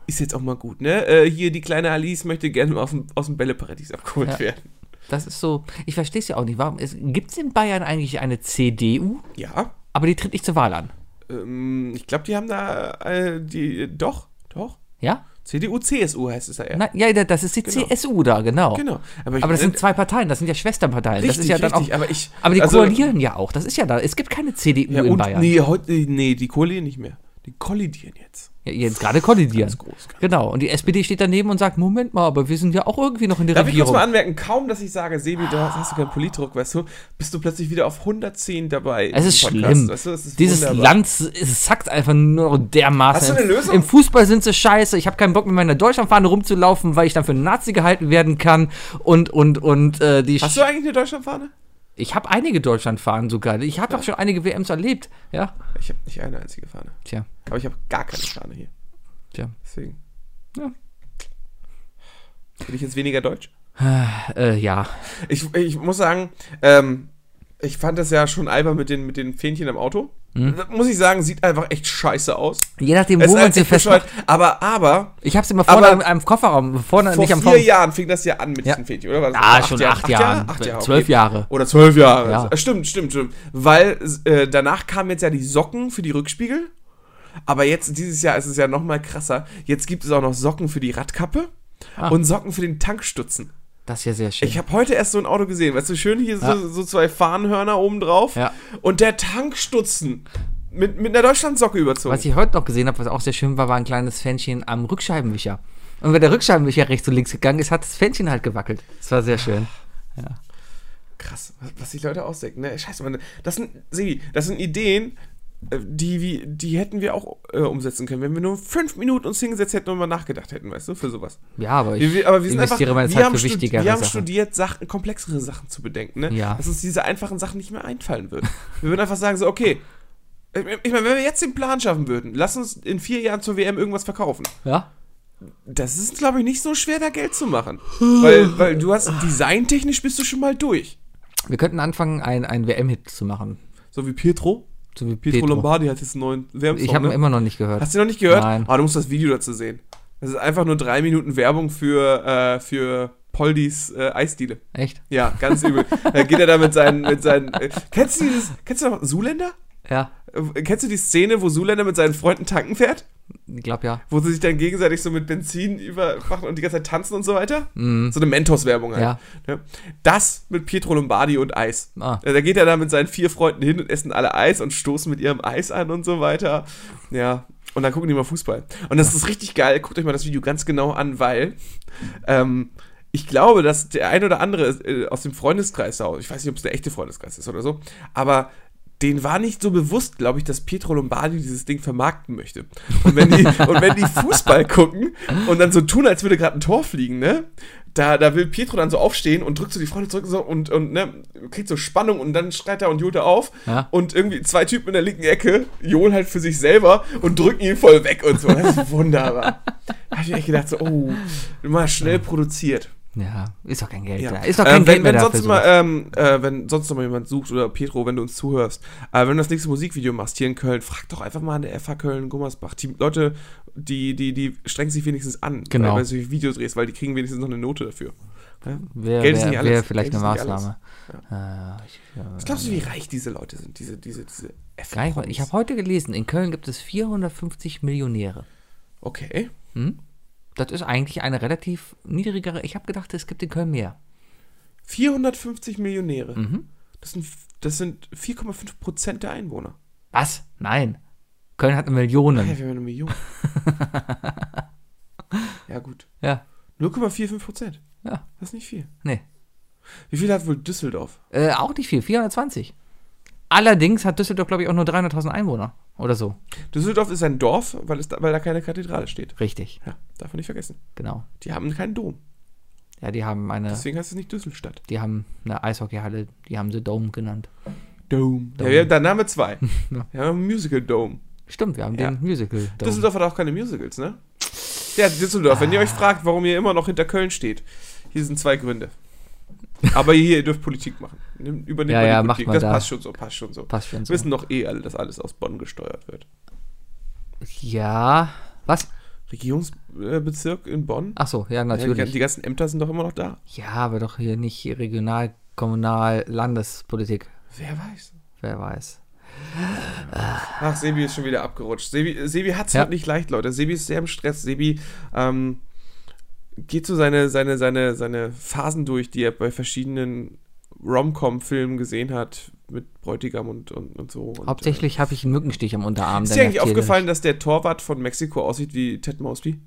A: ist jetzt auch mal gut, ne? Äh, hier die kleine Alice möchte gerne mal auf dem, aus dem Bälleparadies abgeholt
B: Ja.
A: werden.
B: Das ist so, ich verstehe es ja auch nicht. Warum gibt es in Bayern eigentlich eine CDU,
A: Ja,
B: aber die tritt nicht zur Wahl an?
A: ähm, ich glaube, die haben da, äh, die, doch, doch.
B: Ja?
A: CDU, CSU heißt es da eher.
B: Na, ja, da- das ist die CSU da, genau.
A: Genau. Aber, ich
B: Aber
A: meine,
B: das sind zwei Parteien, das sind ja Schwesterparteien. das ist
A: richtig,
B: ja dann
A: richtig,
B: auch,
A: aber ich.
B: aber die
A: also-
B: koalieren ja auch, das ist ja da. Es gibt keine CDU
A: Ja,
B: in
A: und,
B: Bayern.
A: nee, heute, nee, die koalieren nicht mehr. Die kollidieren jetzt.
B: Ja, jetzt gerade kollidieren.
A: Ganz groß, ganz
B: genau. Und die SPD steht daneben und sagt: Moment mal, aber wir sind ja auch irgendwie noch in der
A: Darf ich kurz
B: Regierung.
A: mal anmerken, kaum, dass ich sage, Sebi, da hast du keinen Politdruck, weißt du, bist du plötzlich wieder auf 110 dabei.
B: es ist
A: im Podcast,
B: schlimm.
A: Weißt du, es ist
B: Dieses
A: wunderbar.
B: Land s- es sackt einfach nur noch dermaßen.
A: Hast du eine
B: Im-
A: Lösung?
B: Im Fußball sind sie scheiße. Ich habe keinen Bock, mit meiner Deutschlandfahne rumzulaufen, weil ich dann für einen Nazi gehalten werden kann. Und, und, und äh, die.
A: Hast du eigentlich eine Deutschlandfahne?
B: ich habe einige Deutschlandfahnen sogar. Ich habe doch schon einige WMs erlebt. Ja.
A: Ich habe nicht eine einzige Fahne.
B: Tja,
A: Aber ich habe gar keine Fahne hier.
B: tja.
A: Deswegen.
B: Ja.
A: Bin ich jetzt weniger deutsch?
B: Äh, ja.
A: Ich, ich muss sagen, ähm, ich fand das ja schon albern mit den, mit den Fähnchen am Auto.
B: Hm.
A: Das Muss ich sagen, sieht einfach echt scheiße aus.
B: Je nachdem,
A: Es
B: wo
A: ist
B: man
A: halt
B: sie
A: echt
B: festmacht.
A: bescheuert. Aber, aber,
B: Ich habe sie immer vorne
A: Aber-
B: am, am Kofferraum, vorne
A: vor
B: nicht am
A: vier Jahren fing das ja an mit
B: Ja.
A: diesen Fähnchen, oder? War das
B: Ah,
A: acht
B: schon
A: Jahre-
B: acht Jahren.
A: Acht Jahre,
B: Zwölf
A: okay.
B: Jahre.
A: Oder zwölf Jahre.
B: Ja.
A: Äh, Stimmt, stimmt, stimmt. Weil äh, danach kamen jetzt ja die Socken für die Rückspiegel. Aber jetzt, dieses Jahr ist es ja noch mal krasser. Jetzt gibt es auch noch Socken für die Radkappe
B: Ah.
A: und Socken für den Tankstutzen.
B: Das ist ja sehr schön.
A: Ich habe heute erst so ein Auto gesehen. Weißt du, schön hier so, so zwei Fahnenhörner oben drauf.
B: Ja.
A: Und der Tankstutzen mit, mit einer Deutschlandsocke überzogen.
B: Was ich heute noch gesehen habe, was auch sehr schön war, war ein kleines Fähnchen am Rückscheibenwischer. Und wenn der Rückscheibenwischer rechts und links gegangen ist, hat das Fähnchen halt gewackelt. Das war sehr schön.
A: Krass, was, was die Leute ausdenken. Ne? Scheiße, Mann. Das sind, Sebi, das sind Ideen, äh, die, wie- die hätten wir auch äh, umsetzen können, wenn wir nur fünf Minuten uns hingesetzt hätten und mal nachgedacht hätten, weißt du, für sowas.
B: Ja, aber ich
A: Wir, wir, aber wir sind
B: investiere
A: einfach,
B: meine
A: wir
B: Zeit
A: haben,
B: für
A: stud
B: wichtigere
A: wir haben
B: Sachen.
A: studiert, Sachen, komplexere Sachen zu bedenken, ne?
B: Ja.
A: dass uns diese einfachen Sachen nicht mehr einfallen würden. wir würden einfach sagen, so, okay, ich ich meine, wenn wir jetzt den Plan schaffen würden, lass uns in vier Jahren zur WM irgendwas verkaufen.
B: Ja?
A: Das ist, glaube ich, nicht so schwer, da Geld zu machen. weil, weil du
B: [SIGHS]
A: hast, designtechnisch bist du schon mal durch.
B: Wir könnten anfangen, ein- einen WM-Hit zu machen.
A: So wie Pietro.
B: So wie
A: Pietro,
B: Pietro.
A: Lombardi hat jetzt einen neuen Werbesong.
B: Ich habe ihn
A: ne?
B: immer noch nicht gehört.
A: Hast du ihn noch nicht gehört?
B: Nein.
A: Ah, du musst das Video dazu sehen. Das ist einfach nur drei Minuten Werbung für, äh, für Poldis äh, Eisdiele.
B: Echt?
A: Ja, ganz übel. da geht er da mit seinen. Mit seinen äh, kennst, du dieses, kennst du noch Zuländer?
B: Ja,
A: Äh, Kennst du die Szene, wo Zuländer mit seinen Freunden tanken fährt?
B: ich glaube ja.
A: Wo sie sich dann gegenseitig so mit Benzin übermachen und die ganze Zeit tanzen und so weiter? So eine Mentos-Werbung halt.
B: Mhm. Ja.
A: Ne? Das mit Pietro Lombardi und Eis.
B: Ah.
A: Ja, Da geht er da mit seinen vier Freunden hin und essen alle Eis und stoßen mit ihrem Eis an und so weiter. Ja. Und dann gucken die mal Fußball. Und das ist richtig geil. Guckt euch mal das Video ganz genau an, weil ähm, ich glaube, dass der ein oder andere äh, aus dem Freundeskreis, da- ich weiß nicht, ob es der echte Freundeskreis ist oder so, aber den war nicht so bewusst, glaube ich, dass Pietro Lombardi dieses Ding vermarkten möchte. Und wenn die, und wenn die Fußball gucken und dann so tun, als würde gerade ein Tor fliegen, ne? Da, da will Pietro dann so aufstehen und drückt so die Freunde zurück und, so und, und ne, kriegt so Spannung und dann schreit er und johlt er auf.
B: Ja.
A: Und irgendwie zwei Typen in der linken Ecke johlen halt für sich selber und drücken ihn voll weg und so. Das ist wunderbar. da habe ich echt gedacht, so, oh, mal schnell produziert.
B: Ja, ist doch kein Geld
A: Ja.
B: da. Ist doch kein
A: ähm,
B: Geld
A: wenn,
B: mehr
A: wenn
B: dafür.
A: sonst mal,
B: sowas.
A: ähm, äh, wenn sonst noch mal jemand sucht oder Pietro, wenn du uns zuhörst, äh, wenn du das nächste Musikvideo machst hier in Köln, frag doch einfach mal an der FH Köln Gummersbach. Die Leute, die die die strengen sich wenigstens an,
B: Genau.
A: weil, wenn du Videos drehst, weil die kriegen wenigstens noch eine Note dafür. Ja?
B: Wär-
A: Geld ist
B: wär-
A: nicht
B: wär
A: alles.
B: vielleicht
A: Geld
B: eine
A: ist nicht
B: Maßnahme. Ja. Äh, ich, äh,
A: Was glaubst du, wie reich diese Leute sind? Diese diese diese
B: gar nicht
A: FH.
B: mal- ich habe heute gelesen, in Köln gibt es 450 Millionäre.
A: Okay.
B: Das ist eigentlich eine relativ niedrigere. Ich habe gedacht, es gibt in Köln mehr.
A: 450 Millionäre.
B: Mhm.
A: Das sind, das sind 4,5 Prozent der Einwohner.
B: Was? Nein. Köln hat Millionen.
A: Hey, wir haben eine
B: [LAUGHS]
A: Million. ja, gut.
B: Ja,
A: 0,45 Prozent.
B: ja,
A: Das ist nicht viel.
B: nee.
A: Wie viel hat wohl Düsseldorf?
B: Äh, auch nicht viel, 420. Allerdings hat Düsseldorf, glaube ich, auch nur 300.000 Einwohner oder so.
A: Düsseldorf ist ein Dorf, weil, es da, weil da keine Kathedrale steht.
B: Richtig,
A: Ja, darf man nicht vergessen.
B: genau.
A: Die haben keinen Dom.
B: Ja, die haben eine,
A: Deswegen heißt es nicht Düsselstadt.
B: die haben eine Eishockeyhalle, die haben sie Dome genannt.
A: Dome. Ja, wir haben da Name
B: [LAUGHS]
A: zwei. Wir haben einen Musical Dome.
B: Stimmt, wir haben
A: Ja.
B: den Musical Dome.
A: Düsseldorf hat auch keine Musicals, ne? Ja, Düsseldorf, wenn ihr
B: Ah.
A: euch fragt, warum ihr immer noch hinter Köln steht, hier sind zwei Gründe. Aber hier, ihr dürft Politik machen. Nimm- Übernehmt
B: Ja,
A: mal die
B: ja, macht
A: Politik.
B: mal
A: das
B: da.
A: passt schon so, passt schon so.
B: Passt schon so.
A: Wissen doch eh alle, dass alles aus Bonn gesteuert wird.
B: Ja, was?
A: Regierungsbezirk in Bonn?
B: Ach so, ja,
A: Ja, die,
B: Ah, natürlich.
A: die ganzen Ämter sind doch immer noch da.
B: Ja, aber doch hier nicht regional, kommunal, Landespolitik.
A: Wer weiß.
B: Wer weiß.
A: Ach, Sebi ist schon wieder abgerutscht. Sebi, Sebi hat es
B: Ja.
A: halt nicht leicht, Leute. Sebi ist sehr im Stress. Sebi ähm, geht so seine, seine, seine, seine Phasen durch, die er bei verschiedenen Rom-Com-Filmen gesehen hat, mit Bräutigam und, und, und so. Und,
B: Hauptsächlich ne? habe ich einen Mückenstich am
A: Äh,
B: Unterarm.
A: ist
B: der
A: dir eigentlich
B: nervt tierisch.
A: aufgefallen, dass der Torwart von Mexiko aussieht wie Ted Mosby?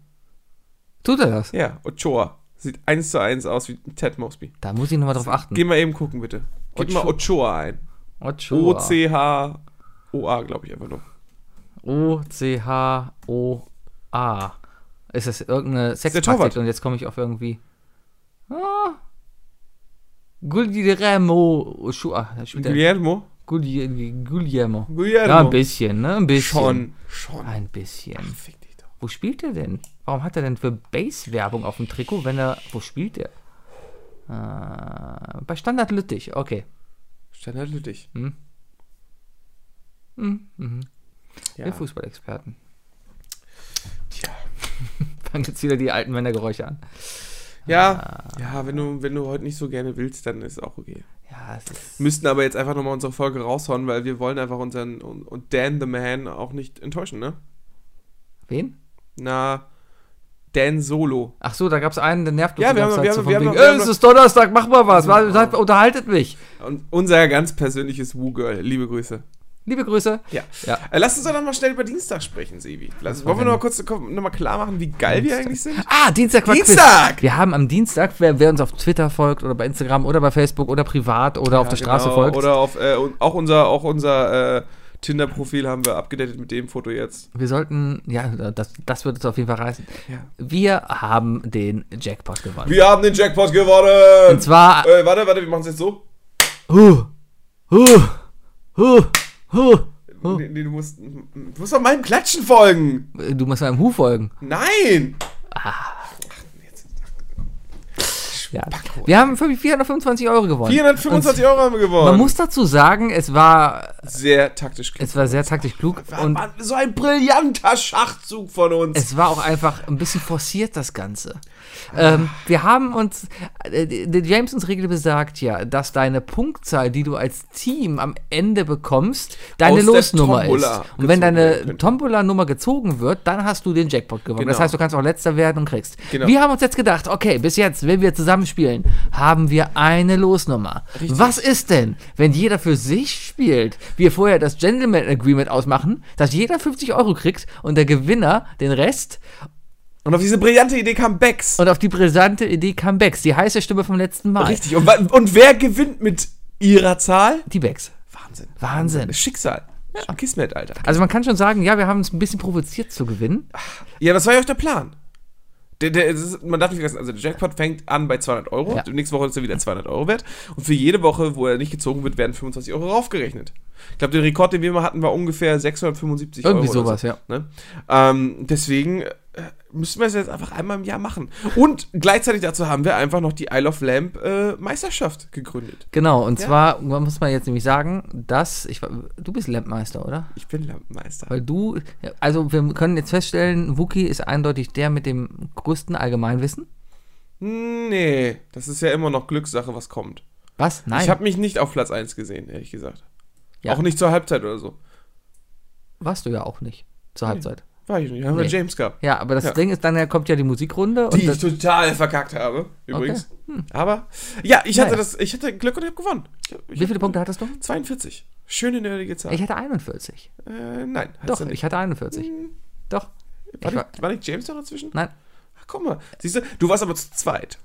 B: Tut er das?
A: Ja, Ochoa. Sieht eins zu eins aus wie Ted Mosby.
B: Da muss ich nochmal drauf achten.
A: Geh mal eben gucken, bitte. Gib mal
B: Ochoa.
A: Ochoa ein.
B: Ochoa.
A: O-C-H-O-A, glaube ich einfach nur.
B: O-C-H-O-A. Ist das irgendeine
A: der Torwart.
B: Sextaktik? Und jetzt komme ich auf irgendwie. Ah. Guillermo Ochoa. Da spielt er-
A: Guillermo?
B: Gulli- Guillermo.
A: Guillermo.
B: Ja, ein bisschen, ne? Ein bisschen.
A: Schon, schon.
B: Ein bisschen.
A: Fick dich doch.
B: Wo spielt er denn? Warum hat er denn für Base-Werbung auf dem Trikot, wenn er. Wo spielt er? Äh, bei Standard Lüttich, okay.
A: Standard Lüttich.
B: Hm. mhm. Wir
A: Ja.
B: Fußballexperten.
A: Tja.
B: [LAUGHS] Fangen jetzt wieder die alten Männergeräusche an.
A: Ja,
B: Ah.
A: ja wenn, du, wenn du heute nicht so gerne willst, dann ist auch okay.
B: Ja, es ist.
A: Müssten aber jetzt einfach nochmal unsere Folge raushauen, weil wir wollen einfach unseren und, und Dan the Man auch nicht enttäuschen, ne?
B: Wen?
A: Na, Dan Solo.
B: Ach so, da gab es einen, der nervt uns
A: Ja,
B: die
A: wir
B: ganze
A: haben-
B: Zeit
A: wir
B: so
A: haben-
B: von
A: wir haben
B: wegen,
A: noch- wir
B: äh,
A: haben
B: es
A: noch-
B: ist Donnerstag, mach mal was, wa- seid, unterhaltet mich.
A: Und unser ganz persönliches Wu-Girl. Liebe Grüße.
B: Liebe Grüße.
A: Ja.
B: Ja.
A: Äh, lass uns doch nochmal schnell über Dienstag sprechen, Sebi. Lass, wollen wir nochmal kurz nochmal klar machen, wie geil wir eigentlich sind?
B: Ah, Dienstag war
A: Dienstag!
B: Quiz. Wir haben am Dienstag, wer, wer uns auf Twitter folgt oder bei Instagram oder bei Facebook oder privat oder auf
A: Ja,
B: der Straße
A: genau.
B: folgt,
A: Oder auf, äh, und auch unser, auch unser äh, Tinder-Profil haben wir abgedatet mit dem Foto jetzt.
B: wir sollten, ja, das, das wird uns auf jeden Fall reißen.
A: Ja.
B: Wir haben den Jackpot gewonnen.
A: Wir haben den Jackpot gewonnen!
B: Und zwar
A: Äh, warte, warte, wir machen es jetzt so.
B: Huh, huh, huh, huh.
A: Nee, nee, du, musst, du musst doch meinem Klatschen folgen.
B: äh, Du musst meinem Hu folgen.
A: Nein!
B: Ja. Wir haben 425 Euro gewonnen.
A: 425 Euro haben wir
B: Und
A: gewonnen.
B: Man muss dazu sagen, es war,
A: Sehr taktisch.
B: es war sehr taktisch klug
A: War-
B: und
A: war so ein brillanter Schachzug von uns.
B: es war auch einfach ein bisschen forciert, das Ganze.
A: Ah.
B: Ähm, wir haben uns, äh, die die Jamesons-Regel besagt ja, dass deine Punktzahl, die du als Team am Ende bekommst, deine
A: Aus der
B: Losnummer ist.
A: Tombola
B: Und
A: gezogen werden
B: wenn deine
A: könnte.
B: Äh, Tombola-Nummer gezogen wird, dann hast du den Jackpot gewonnen. Das
A: Genau.
B: heißt, du kannst auch letzter werden und kriegst.
A: Genau.
B: Wir haben uns jetzt gedacht, okay, bis jetzt, wenn wir zusammen spielen, haben wir eine Losnummer. Was ist denn, wenn jeder für sich spielt, wir vorher das Gentleman Agreement ausmachen, dass jeder 50 Euro kriegt und der Gewinner den Rest
A: Und auf diese brillante Idee kam Bex.
B: und auf die brisante Idee kam Bex, die heiße Stimme vom letzten Mal.
A: Richtig. Und, wa- und wer gewinnt mit ihrer Zahl?
B: Die Bex.
A: Wahnsinn.
B: Wahnsinn.
A: Schicksal. Kismet, Alter.
B: Also man kann schon sagen, ja, wir haben uns ein bisschen provoziert zu gewinnen.
A: Ja, das war ja auch der Plan. Der, der, es ist, man darf nicht vergessen, also der Jackpot fängt an bei 200 Euro.
B: Ja.
A: Nächste Woche ist er wieder 200 Euro wert. Und für jede Woche, wo er nicht gezogen wird, werden 25 Euro raufgerechnet. Ich glaube, der Rekord, den wir mal hatten, war ungefähr 675 Euro.
B: Irgendwie
A: oder
B: sowas,
A: so,
B: ja.
A: Ne? Ähm, deswegen äh, müssen wir es jetzt einfach einmal im Jahr machen. Und gleichzeitig dazu haben wir einfach noch die Isle of Lamp äh, Meisterschaft gegründet.
B: Genau, und
A: Ja.
B: zwar man muss man jetzt nämlich sagen, dass, ich, wa- du bist Lampmeister, oder?
A: Ich bin Lampenmeister.
B: Weil du, ja, also wir können jetzt feststellen, Wookie ist eindeutig der mit dem größten Allgemeinwissen.
A: Nee, das ist ja immer noch Glückssache, was kommt.
B: Was? Nein.
A: Ich habe mich nicht auf Platz 1 gesehen, ehrlich gesagt.
B: Ja.
A: Auch nicht zur Halbzeit oder so.
B: Warst du ja auch nicht zur Halbzeit.
A: War ich nicht. Haben wir
B: Nee.
A: James gehabt.
B: Ja, aber das
A: Ja.
B: Ding ist, dann kommt ja die Musikrunde
A: Die
B: und
A: ich
B: das, Hm.
A: total verkackt habe, übrigens. Aber, ja, ich hatte,
B: Naja.
A: das, ich hatte Glück und habe gewonnen. Ich, hab- ich
B: wie viele Punkte hattest du?
A: 42. Schöne nerdige Zahl.
B: Ich hatte 41.
A: äh, nein, hat's
B: Doch,
A: ja
B: ich hatte 41.
A: Hm,
B: Doch.
A: War,
B: Ich war-
A: nicht, war nicht James da dazwischen?
B: Nein.
A: Ach, guck mal. Siehst du, du warst aber zu zweit.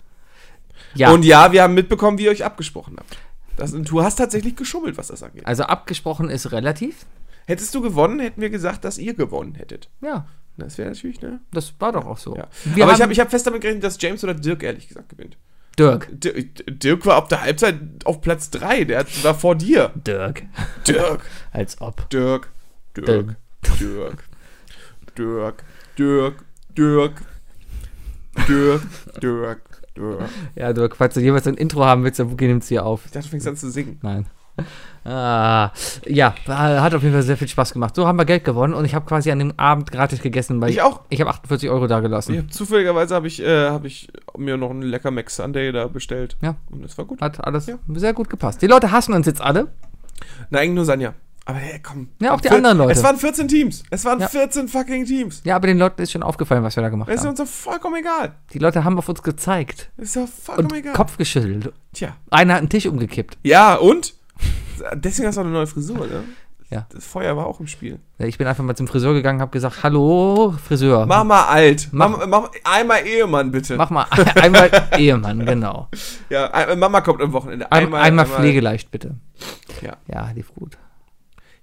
B: Ja.
A: Und ja, wir haben mitbekommen, wie ihr euch abgesprochen habt. Das, du hast tatsächlich geschummelt, was das angeht.
B: also abgesprochen ist relativ.
A: Hättest du gewonnen, hätten wir gesagt, dass ihr gewonnen hättet.
B: Ja,
A: Das wäre natürlich, ne?
B: das war doch auch so.
A: Ja.
B: Wir
A: Aber ich
B: haben
A: habe ich hab fest damit gerechnet, dass James oder Dirk ehrlich gesagt gewinnt.
B: Dirk.
A: Dir- Dirk war ab der Halbzeit auf Platz 3. Der hat- war vor dir.
B: Dirk.
A: Dirk.
B: Als ob.
A: Dirk. Dirk. Dirk. Dirk. Dirk. Dirk. Dirk. Dirk. Dirk.
B: Ja, Dirk, falls du jeweils ein Intro haben willst, dann Wookie nimmt's hier auf.
A: Ich dachte, du fängst an zu singen.
B: Nein. Ah, ja, war- hat auf jeden Fall sehr viel Spaß gemacht. So haben wir Geld gewonnen und ich habe quasi an dem Abend gratis gegessen, weil
A: Ich auch.
B: Ich habe 48 Euro da gelassen.
A: Ich hab, zufälligerweise habe ich, äh, hab ich mir noch einen lecker Mac Sunday da bestellt.
B: Ja.
A: Und das war gut.
B: Hat alles
A: Ja.
B: sehr gut gepasst. Die Leute hassen uns jetzt alle.
A: Na, eigentlich nur Sanja. Aber hey, komm.
B: Ja, auch die
A: Vier-
B: anderen Leute.
A: Es waren 14 Teams. Es waren
B: Ja.
A: 14 fucking Teams.
B: Ja, aber den Leuten ist schon aufgefallen, was wir da gemacht
A: Es ist
B: haben.
A: uns doch vollkommen egal.
B: Die Leute haben auf uns gezeigt
A: Es ist doch vollkommen
B: und
A: egal.
B: Kopf geschüttelt.
A: Tja.
B: Einer hat einen Tisch umgekippt.
A: Ja, und? Deswegen hast du auch eine neue Frisur, ne?
B: Ja.
A: Das Feuer war auch im Spiel.
B: Ich bin einfach mal zum Friseur gegangen, habe gesagt, hallo Friseur,
A: Mach mal alt.
B: Mach-
A: Mach, mach, einmal Ehemann, bitte.
B: mach mal [LAUGHS] einmal Ehemann, genau.
A: Ja, ein- Mama kommt am Wochenende.
B: Ein, einmal, pflegeleicht bitte.
A: Ja.
B: ja, lief gut.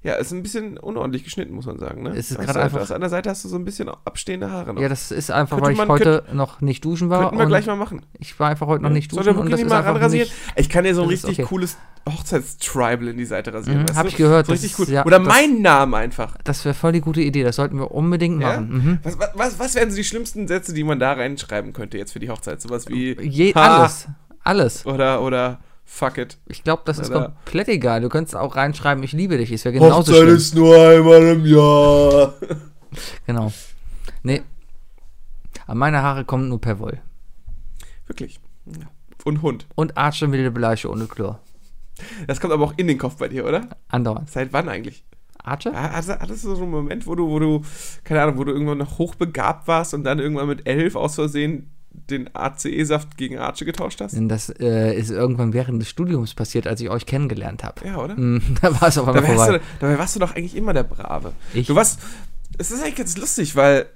A: Ja, ist ein bisschen unordentlich geschnitten, muss man sagen, ne?
B: Es ist
A: Hast
B: gerade
A: du-
B: einfach-
A: hast- An der Seite hast du so ein bisschen abstehende Haare noch.
B: Ja, das ist einfach,
A: Könnte
B: weil ich
A: man-
B: heute noch nicht duschen war.
A: Könnten wir
B: und
A: gleich mal machen.
B: Ich war einfach heute noch nicht
A: Soll
B: duschen.
A: der
B: und das
A: Bukini
B: ist
A: mal
B: einfach
A: ranrasieren?
B: Nicht,
A: Ich kann dir so ein
B: Das ist
A: richtig
B: okay.
A: cooles Hochzeitstribal in die Seite rasieren.
B: Mhm,
A: weißt
B: hab
A: du?
B: ich gehört,
A: So
B: das
A: richtig
B: ist-
A: cool.
B: ja,
A: Oder
B: das-
A: meinen Namen einfach.
B: das wäre voll die gute Idee. Das sollten wir unbedingt
A: Ja?
B: machen. Mhm.
A: Was, was- was, was wären so die schlimmsten Sätze, die man da reinschreiben könnte jetzt für die Hochzeit? Sowas wie
B: Je,
A: "Ha"
B: alles. Alles.
A: oder oder fuck it.
B: Ich glaube, das ist
A: Oder-
B: komplett egal. Du könntest auch reinschreiben, ich liebe dich. Es wäre genauso schlimm.
A: nur einmal im Jahr.
B: Genau. Nee. An meine Haare kommen nur Perwoll.
A: Wirklich. Ja. Und Hund.
B: Und Archer mit der Bleiche ohne Chlor.
A: Das kommt aber auch in den Kopf bei dir, oder?
B: Andauernd.
A: Seit wann eigentlich?
B: Archer?
A: Ha- Hattest hattest du so einen Moment, wo du, wo du, keine Ahnung, wo du irgendwann noch hochbegabt warst und dann irgendwann mit elf aus Versehen den ACE-Saft gegen Arce getauscht hast?
B: Denn das äh, ist irgendwann während des Studiums passiert, als ich euch kennengelernt habe.
A: Ja, oder?
B: Mm, [LAUGHS] da war es auf einmal
A: Dabei, hast
B: vorbei.
A: du, dabei warst du doch eigentlich immer der Brave.
B: Ich?
A: Du warst. Es ist eigentlich ganz lustig, weil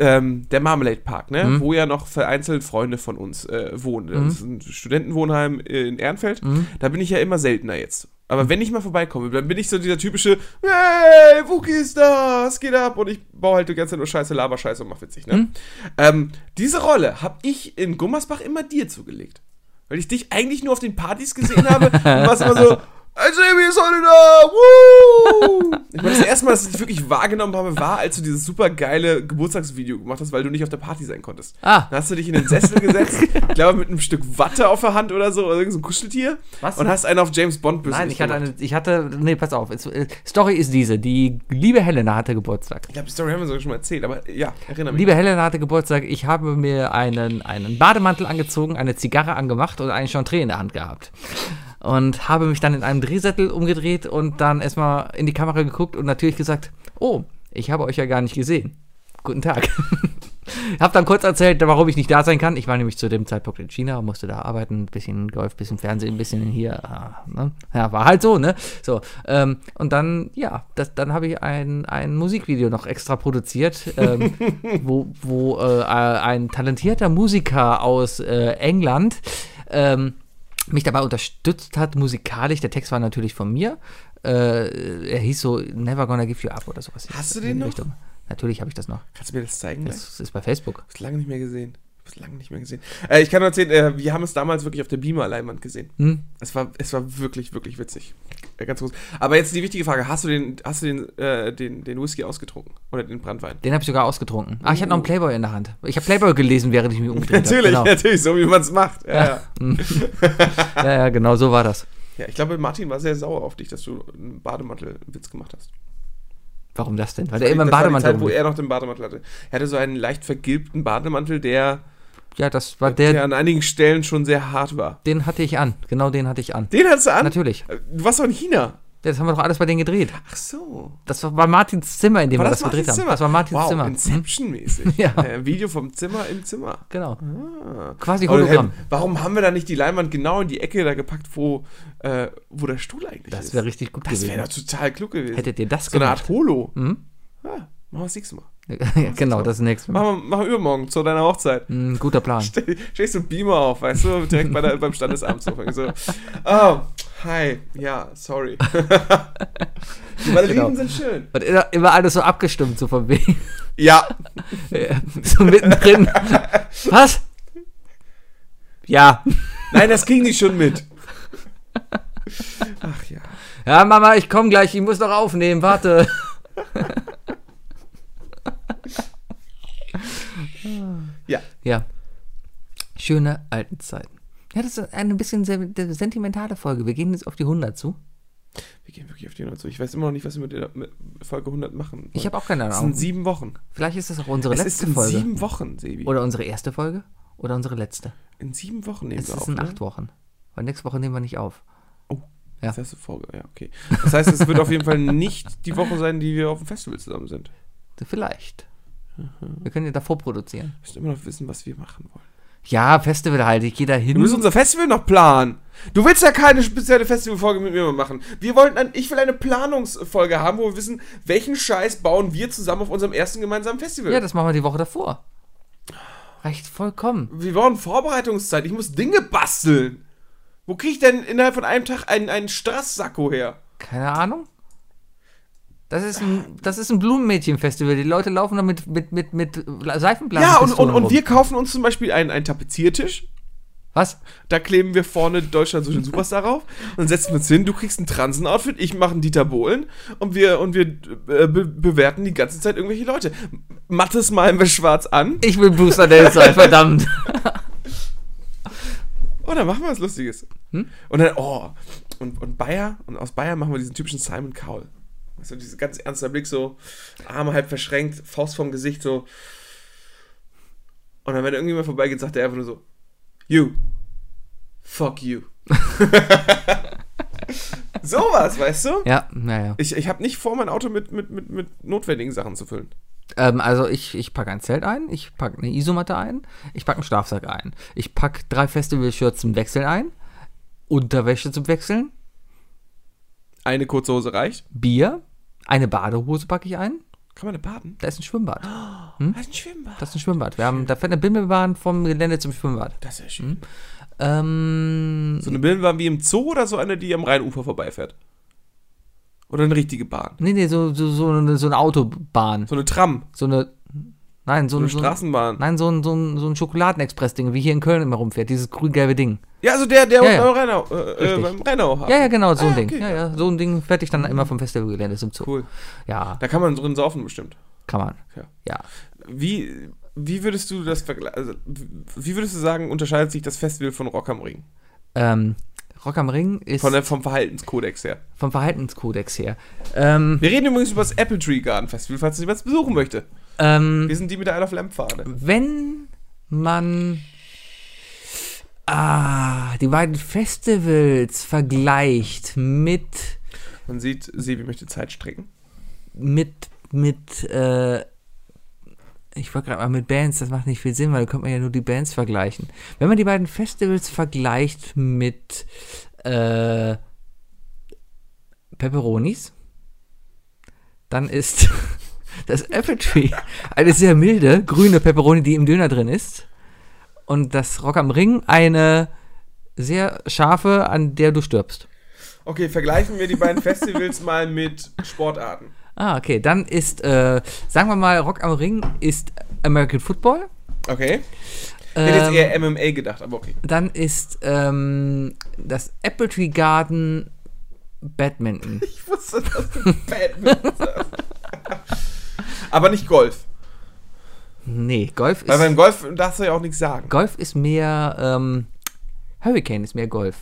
A: ähm, der Marmalade Park, ne,
B: Mhm.
A: wo ja noch vereinzelt Freunde von uns äh, wohnen. Das ist ein Studentenwohnheim in Ehrenfeld.
B: Mhm.
A: Da bin ich ja immer seltener jetzt. Aber wenn ich mal vorbeikomme, dann bin ich so dieser typische, hey, Wookie ist da, es geht ab. Und ich baue halt die ganze Zeit nur Scheiße, laber Scheiße und mach witzig,
B: Mhm.
A: ne? Ähm, diese Rolle habe ich in Gummersbach immer dir zugelegt. Weil ich dich eigentlich nur auf den Partys gesehen
B: [LAUGHS]
A: habe und warst immer so, hey Jamie ist heute da! Woo! Ich meine, das erste Mal, dass ich dich wirklich wahrgenommen habe, war, als du dieses super geile Geburtstagsvideo gemacht hast, weil du nicht auf der Party sein konntest.
B: Ah.
A: Dann hast du dich in den Sessel
B: [LAUGHS]
A: gesetzt, ich glaube mit einem Stück Watte auf der Hand oder so, oder irgend so ein Kuscheltier.
B: Was?
A: Und hast einen auf James Bond böse
B: Nein, ich hatte
A: gemacht.
B: eine, ich hatte, nee, pass auf. Es, äh, Story ist diese. Die liebe Helena hatte Geburtstag.
A: Ich glaube, die Story haben wir sogar schon mal erzählt, aber ja, erinnere mich.
B: Liebe Helena hatte Geburtstag. Ich habe mir einen, einen Bademantel angezogen, eine Zigarre angemacht und einen Chantre in der Hand gehabt. Und habe mich dann in einem Drehsattel umgedreht und dann erstmal in die Kamera geguckt und natürlich gesagt, oh, ich habe euch ja gar nicht gesehen. Guten Tag. Hab dann kurz erzählt, warum ich nicht da sein kann. Ich war nämlich zu dem Zeitpunkt in China, musste da arbeiten, ein bisschen Golf, ein bisschen Fernsehen, ein bisschen hier. ah, Ne? Ja, war halt so, ne? So. Ähm, und dann, ja, das, dann habe ich ein, ein Musikvideo noch extra produziert,
A: [LAUGHS]
B: ähm, wo, wo äh, ein talentierter Musiker aus äh, England ähm, mich dabei unterstützt hat, musikalisch. Der Text war natürlich von mir. Äh, er hieß so Never Gonna Give You Up oder sowas.
A: Hast du
B: In die
A: den noch?
B: Richtung. Natürlich habe ich das noch.
A: Kannst du mir das zeigen? gleich?
B: Das ist bei Facebook.
A: Hab's lange nicht mehr gesehen. Hab's lange nicht mehr gesehen. Äh, ich kann nur erzählen, äh, wir haben es damals wirklich auf der Beamer-Leinwand gesehen. Es, war, es war wirklich, wirklich witzig. Äh, ganz groß. Aber jetzt die wichtige Frage: Hast du den, hast du den, äh, den, den Whisky ausgetrunken? Oder den Brandwein?
B: Den habe ich sogar ausgetrunken. Ah, ich hatte noch einen Playboy in der Hand. Ich habe Playboy gelesen, während ich mich umgedreht habe.
A: [LAUGHS] Natürlich,
B: Genau.
A: natürlich, so wie man es macht. Ja, ja.
B: Ja, ja, genau, so war das.
A: ja, ich glaube, Martin war sehr sauer auf dich, dass du einen Bademantel-Witz gemacht hast.
B: Warum das denn? Weil der Also immer im
A: Das war die
B: Bademantel
A: Zeit, wo
B: rumlief.
A: er noch den Bademantel hatte. Er hatte so einen leicht vergilbten Bademantel, der,
B: Ja, das war
A: der,
B: der,
A: an einigen Stellen schon sehr hart war.
B: den hatte ich an. Genau den hatte ich an.
A: Den hattest du an?
B: Natürlich.
A: Äh, Du warst doch in China.
B: Das haben wir doch alles bei denen gedreht.
A: Ach so.
B: Das war bei Martins Zimmer, in dem
A: War
B: wir das
A: Martins
B: gedreht haben.
A: Zimmer?
B: Das war Martins
A: wow,
B: Zimmer. Hm?
A: Inception-mäßig.
B: [LAUGHS] Ja.
A: Äh, Video vom Zimmer im Zimmer.
B: Genau.
A: Ah.
B: Quasi
A: Aber,
B: Hologramm.
A: hey, warum haben wir da nicht die Leinwand genau in die Ecke da gepackt, wo, äh, wo der Stuhl eigentlich
B: Das
A: ist?
B: wäre richtig gut
A: das wäre
B: gewesen.
A: doch total klug gewesen.
B: Hättet ihr das
A: so eine
B: gemacht?
A: Art
B: Mhm.
A: Holo. Ah, machen wir das nächste Mal.
B: ja, [LAUGHS] genau, das nächste Mal.
A: Machen wir, machen wir übermorgen zu deiner [LAUGHS] Hochzeit.
B: Hm, guter Plan.
A: Ste- Stehst du im Beamer auf, weißt du, direkt bei der, beim Standesamt. So, so. Oh, hi, ja, sorry. [LAUGHS] Die Malediven
B: Genau.
A: sind schön.
B: Und immer, immer alles so abgestimmt, so von wegen.
A: Ja,
B: Äh, [LAUGHS] so mittendrin. Was? Ja.
A: nein, das ging die schon mit. Ach ja.
B: Ja, Mama, ich komm gleich, ich muss noch aufnehmen, warte.
A: Ja.
B: Ja. Schöne alten Zeiten. Ja, das ist ein bisschen se- sentimentale Folge. Wir gehen jetzt auf die 100 zu.
A: Wir gehen wirklich auf die 100 zu. Ich weiß immer noch nicht, was wir mit der mit Folge 100 machen.
B: Ich habe auch keine
A: Es sind
B: Ahnung.
A: sieben Wochen.
B: Vielleicht ist das auch unsere
A: Es ist
B: letzte
A: in
B: Folge.
A: sieben Wochen, Sebi.
B: Oder unsere erste Folge? Oder unsere letzte?
A: in sieben Wochen nehmen
B: Es
A: wir
B: ist
A: auf.
B: in
A: ne?
B: acht Wochen. Weil nächste Woche nehmen wir nicht auf.
A: Oh,
B: Ja.
A: das hast du vorge ja, okay. Das heißt, es wird auf jeden Fall nicht die Woche sein, die wir auf dem Festival zusammen sind.
B: Vielleicht.
A: Mhm.
B: Wir können ja davor produzieren.
A: Wir müssen immer noch wissen, was wir machen wollen.
B: Ja, Festival halt. Ich gehe da
A: Wir müssen
B: hin.
A: unser Festival noch planen. Du willst ja keine spezielle Festivalfolge mit mir machen. Wir wollten ein, ich will eine Planungsfolge haben, wo wir wissen, welchen Scheiß bauen wir zusammen auf unserem ersten gemeinsamen Festival.
B: Ja, das machen wir die Woche davor. Reicht vollkommen.
A: wir brauchen Vorbereitungszeit. Ich muss Dinge basteln. Wo kriege ich denn innerhalb von einem Tag einen, einen Strasssacko her?
B: Keine Ahnung. Das ist ein, das ist ein Blumenmädchen-Festival. Die Leute laufen da mit, mit, mit, mit Seifenblasen.
A: Ja, und, und, und wir kaufen uns zum Beispiel einen, einen Tapeziertisch.
B: Was?
A: Da kleben wir vorne Deutschland sucht den Superstar rauf. Und dann setzen wir uns hin, du kriegst ein Transen-Outfit, ich mache einen Dieter Bohlen und wir, und wir äh, be bewerten die ganze Zeit irgendwelche Leute. Mattes malen wir schwarz an
B: Ich will Booster Dance sein, verdammt. [LAUGHS]
A: und dann Oh, machen wir was Lustiges.
B: Hm?
A: Und dann, oh, und, und Bayer, und aus Bayer machen wir diesen typischen Simon Cowell. Weißt du, dieser ganz ernster Blick, so Arme halb verschränkt, Faust vorm Gesicht, so. Und dann, wenn irgendjemand vorbeigeht, sagt er einfach nur so, you, fuck you.
B: [LAUGHS]
A: Sowas, weißt du?
B: Ja, naja.
A: Ich, ich habe nicht vor, mein Auto mit, mit, mit, mit notwendigen Sachen zu füllen.
B: Ähm, also ich, ich packe ein Zelt ein, ich packe eine Isomatte ein, ich packe einen Schlafsack ein, ich packe drei Festival-Shirts zum Wechseln ein, Unterwäsche zum Wechseln,
A: Eine kurze Hose reicht.
B: Bier, eine Badehose packe ich ein,
A: Kann man da baden?
B: da ist ein Schwimmbad.
A: Hm? Ein Schwimmbad.
B: Das ist ein Schwimmbad. Wir haben, da fährt eine Bimmelbahn vom Gelände zum Schwimmbad.
A: Das ist ja
B: Hm?
A: schön.
B: Ähm,
A: So eine Bimmelbahn wie im Zoo oder so eine, die am Rheinufer vorbeifährt? Oder eine richtige Bahn?
B: nee, nee, so, so, so, eine, so eine Autobahn.
A: So eine Tram?
B: So eine, nein,
A: So
B: so,
A: eine
B: ein- so ein,
A: Straßenbahn?
B: Also- nein, so ein, so ein, so ein Schokoladenexpress-Ding, wie hier in Köln immer rumfährt, dieses grün-gelbe Ding.
A: Ja, also der, der
B: Ja,
A: unten
B: ja.
A: am Rheinau, äh, äh,
B: Richtig.
A: beim Rheinau
B: Ja, ja, genau, so
A: Ah,
B: ein Ding.
A: okay, Mhm.
B: ja, ja, so ein Ding fertig dann immer vom Festivalgelände zum Zug.
A: Cool.
B: Ja,
A: Da kann man drin saufen bestimmt.
B: kann man.
A: Ja.
B: Ja.
A: Wie, wie würdest du das vergleichen? Also, wie würdest du sagen, unterscheidet sich das Festival von Rock am Ring?
B: Ähm, Rock am Ring ist
A: Von der, vom Verhaltenskodex her.
B: vom Verhaltenskodex her. Ähm,
A: Wir reden übrigens über das Apple Tree Garden Festival, falls jemand es besuchen möchte.
B: ähm,
A: Wir sind die mit der Isle of Lamp Fahne.
B: wenn man ah, die beiden Festivals vergleicht mit
A: Man sieht, Sebi möchte Zeit strecken.
B: mit mit äh, ich wollte gerade mal mit Bands, das macht nicht viel Sinn, weil da könnte man ja nur die Bands vergleichen. Wenn man die beiden Festivals vergleicht mit äh, Pepperonis, dann ist [LAUGHS] das Apple Tree eine sehr milde grüne Pepperoni, die im Döner drin ist. Und das Rock am Ring eine sehr scharfe, an der du stirbst.
A: Okay, vergleichen wir die
B: [LAUGHS]
A: beiden Festivals mal mit Sportarten.
B: Ah, okay. Dann ist, äh, sagen wir mal, Rock am Ring ist American Football.
A: Okay. Ich hätte jetzt
B: Ähm,
A: eher MMA gedacht, aber okay.
B: dann ist ähm, das Apple Tree Garden
A: [LAUGHS]
B: Badminton.
A: Ich wusste, dass du
B: [LAUGHS]
A: Badminton sagst. Aber nicht Golf.
B: Nee, Golf
A: Weil beim
B: ist,
A: Golf darfst du ja auch nichts sagen.
B: Golf ist mehr, ähm, Hurricane ist mehr Golf.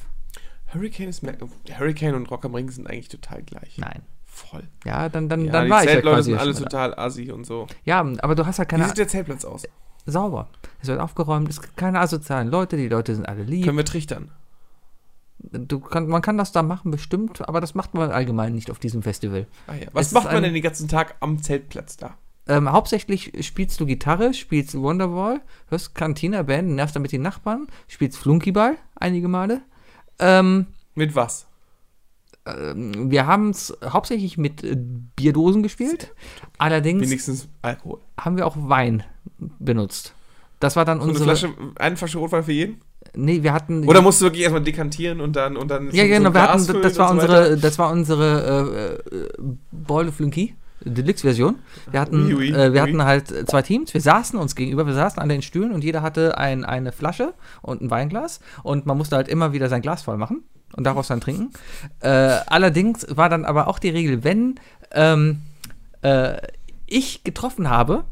A: Hurricane ist mehr, Hurricane und Rock am Ring sind eigentlich total gleich.
B: Nein.
A: Voll.
B: Ja, dann, dann,
A: Ja,
B: dann
A: die
B: war ich ja
A: Zeltleute
B: quasi
A: sind
B: ja
A: alle
B: schon mal
A: total assi und so.
B: da. Ja, aber du hast halt
A: Wie
B: keine,
A: sieht der Zeltplatz aus?
B: sauber. Es wird aufgeräumt, es gibt keine asozialen Leute, die Leute sind alle lieb.
A: Können wir trichtern?
B: du kann, man kann das da machen, bestimmt, aber das macht man allgemein nicht auf diesem Festival.
A: Ah, ja. Was
B: Es
A: macht
B: ist
A: man
B: ein-
A: denn den ganzen Tag am Zeltplatz da?
B: Ähm, hauptsächlich spielst du Gitarre, spielst Wonderwall, hörst Cantina Band, nervst damit die Nachbarn, spielst Flunkyball einige Male. Ähm,
A: Mit was?
B: ähm, wir haben es hauptsächlich mit äh, Bierdosen gespielt. Allerdings
A: Wenigstens Alkohol.
B: haben wir auch Wein benutzt. Das war dann
A: So eine
B: unsere.
A: Flasche, eine Flasche Rotwein für jeden?
B: Nee, wir hatten.
A: Oder musst du wirklich erstmal dekantieren und dann und dann
B: ja,
A: so- so
B: genau,
A: ein
B: wir
A: Glas
B: hatten,
A: füllen
B: das war
A: und so
B: unsere, das war unsere äh, äh, Bolle Flunky Deluxe-Version. Wir hatten,
A: Ui, ui,
B: äh, wir
A: ui.
B: hatten halt zwei Teams. Wir saßen uns gegenüber, wir saßen an den Stühlen und jeder hatte ein, eine Flasche und ein Weinglas und man musste halt immer wieder sein Glas voll machen und daraus dann trinken. Äh, allerdings war dann aber auch die Regel, wenn ähm, äh, ich getroffen habe,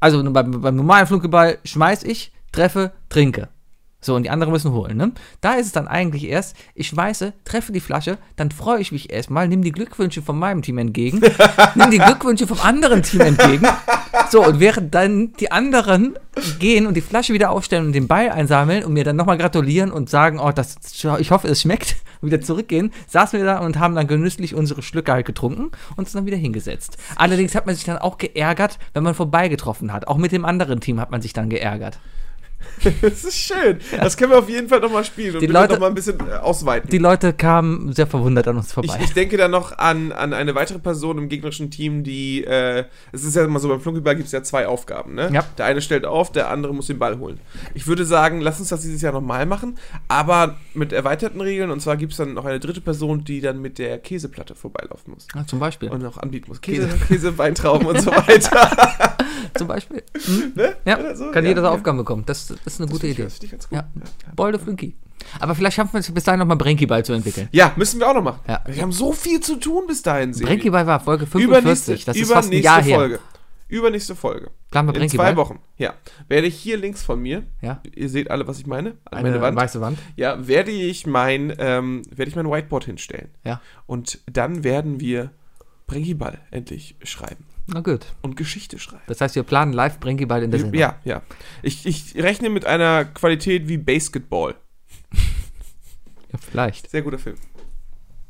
B: also beim, beim normalen Flunkeball schmeiß ich, treffe, trinke. So, und die anderen müssen holen, ne? Da ist es dann eigentlich erst, ich schmeiße, treffe die Flasche, dann freue ich mich erstmal, nimm die Glückwünsche von meinem Team entgegen, nimm die Glückwünsche vom anderen Team entgegen. So, und während dann die anderen gehen und die Flasche wieder aufstellen und den Ball einsammeln und mir dann nochmal gratulieren und sagen, oh, das, ich hoffe, es schmeckt, und wieder zurückgehen, saßen wir da und haben dann genüsslich unsere Schlücke halt getrunken und uns dann wieder hingesetzt. Allerdings hat man sich dann auch geärgert, wenn man vorbeigetroffen hat. Auch mit dem anderen Team hat man sich dann geärgert.
A: weiter. [LAUGHS] Das ist schön. Das können wir auf jeden Fall nochmal spielen und
B: Die
A: bitte
B: Leute-
A: nochmal ein bisschen äh, ausweiten.
B: Die Leute kamen sehr verwundert an uns
A: Ich,
B: vorbei.
A: ich denke da noch an, an eine weitere Person im gegnerischen Team, die, äh, es ist ja immer so, beim Flunkyball gibt es ja zwei Aufgaben, ne?
B: Ja.
A: Der eine stellt auf, der andere muss den Ball holen. Ich würde sagen, lass uns das dieses Jahr nochmal machen, aber mit erweiterten Regeln und zwar gibt es dann noch eine dritte Person, die dann mit der Käseplatte vorbeilaufen muss
B: [LAUGHS] Ja, zum Beispiel.
A: und auch anbieten muss. Käse, Käse Weintrauben und
B: [LAUGHS]
A: so weiter. [LAUGHS]
B: zum Beispiel. Mhm.
A: Ne?
B: Ja,
A: Oder so,
B: kann
A: ja,
B: jeder seine
A: ja.
B: Aufgaben bekommen. Das, das ist eine gute
A: Das finde
B: Idee.
A: ich- das finde ich ganz gut.
B: Ja. Bolde Flunky. Aber vielleicht schaffen wir es bis dahin nochmal Brenkyball zu entwickeln.
A: Ja, müssen wir auch noch machen.
B: Ja.
A: Wir haben so viel zu tun bis dahin, Sebi.
B: Brenkyball war Folge
A: Übernächste,
B: 45. Das ist fast ein
A: übernächste
B: Jahr her.
A: Folge. Übernächste Folge.
B: Planen wir
A: In zwei
B: Brenkyball.
A: Wochen. Ja. Werde ich hier links von mir,
B: Ja.
A: ihr seht alle, was ich meine, an
B: Eine
A: meine Wand.
B: weiße Wand.
A: Ja, werde ich mein, ähm, werde ich mein Whiteboard hinstellen.
B: Ja.
A: Und dann werden wir Brenkiball endlich schreiben
B: Na gut.
A: und Geschichte schreiben.
B: Das heißt, wir planen live Brenkyball in der Sendung.
A: Ja, ja. Ich, ich rechne mit einer Qualität wie Basketball.
B: Ja, vielleicht.
A: Sehr guter Film.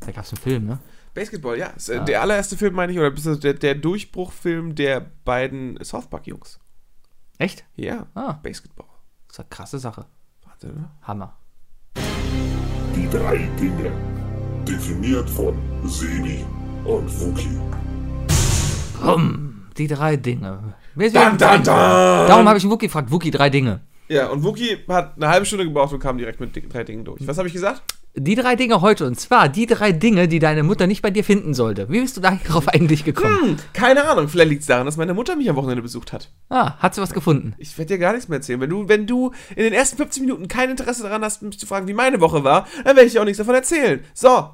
B: Da gab es einen Film, ne?
A: Basketball, ja. Ist, äh,
B: Ah.
A: Der allererste Film, meine ich, oder beziehungsweise der, der Durchbruchfilm der beiden South Park-Jungs.
B: Echt?
A: Ja,
B: Ah,
A: Basketball.
B: das ist eine krasse Sache.
A: Warte, ne?
B: Hammer.
C: Die drei Dinge. Definiert von Sebi und Wookie.
B: Bumm. Die drei Dinge. Wer-
A: Dun, dun, dun.
B: Darum habe ich Wookie gefragt. Wookie, drei Dinge.
A: Ja, und Wookie hat eine halbe Stunde gebraucht und kam direkt mit dick- drei Dingen durch. Was habe ich gesagt?
B: Die drei Dinge heute, und zwar die drei Dinge, die deine Mutter nicht bei dir finden sollte. Wie bist du darauf [LAUGHS] eigentlich gekommen?
A: Hm, keine Ahnung. Vielleicht liegt es daran, dass meine Mutter mich am Wochenende besucht hat.
B: Ah, hat sie was gefunden?
A: Ich werde dir gar nichts mehr erzählen. Wenn du, wenn du in den ersten 15 Minuten kein Interesse daran hast, mich zu fragen, wie meine Woche war, dann werde ich dir auch nichts davon erzählen. So.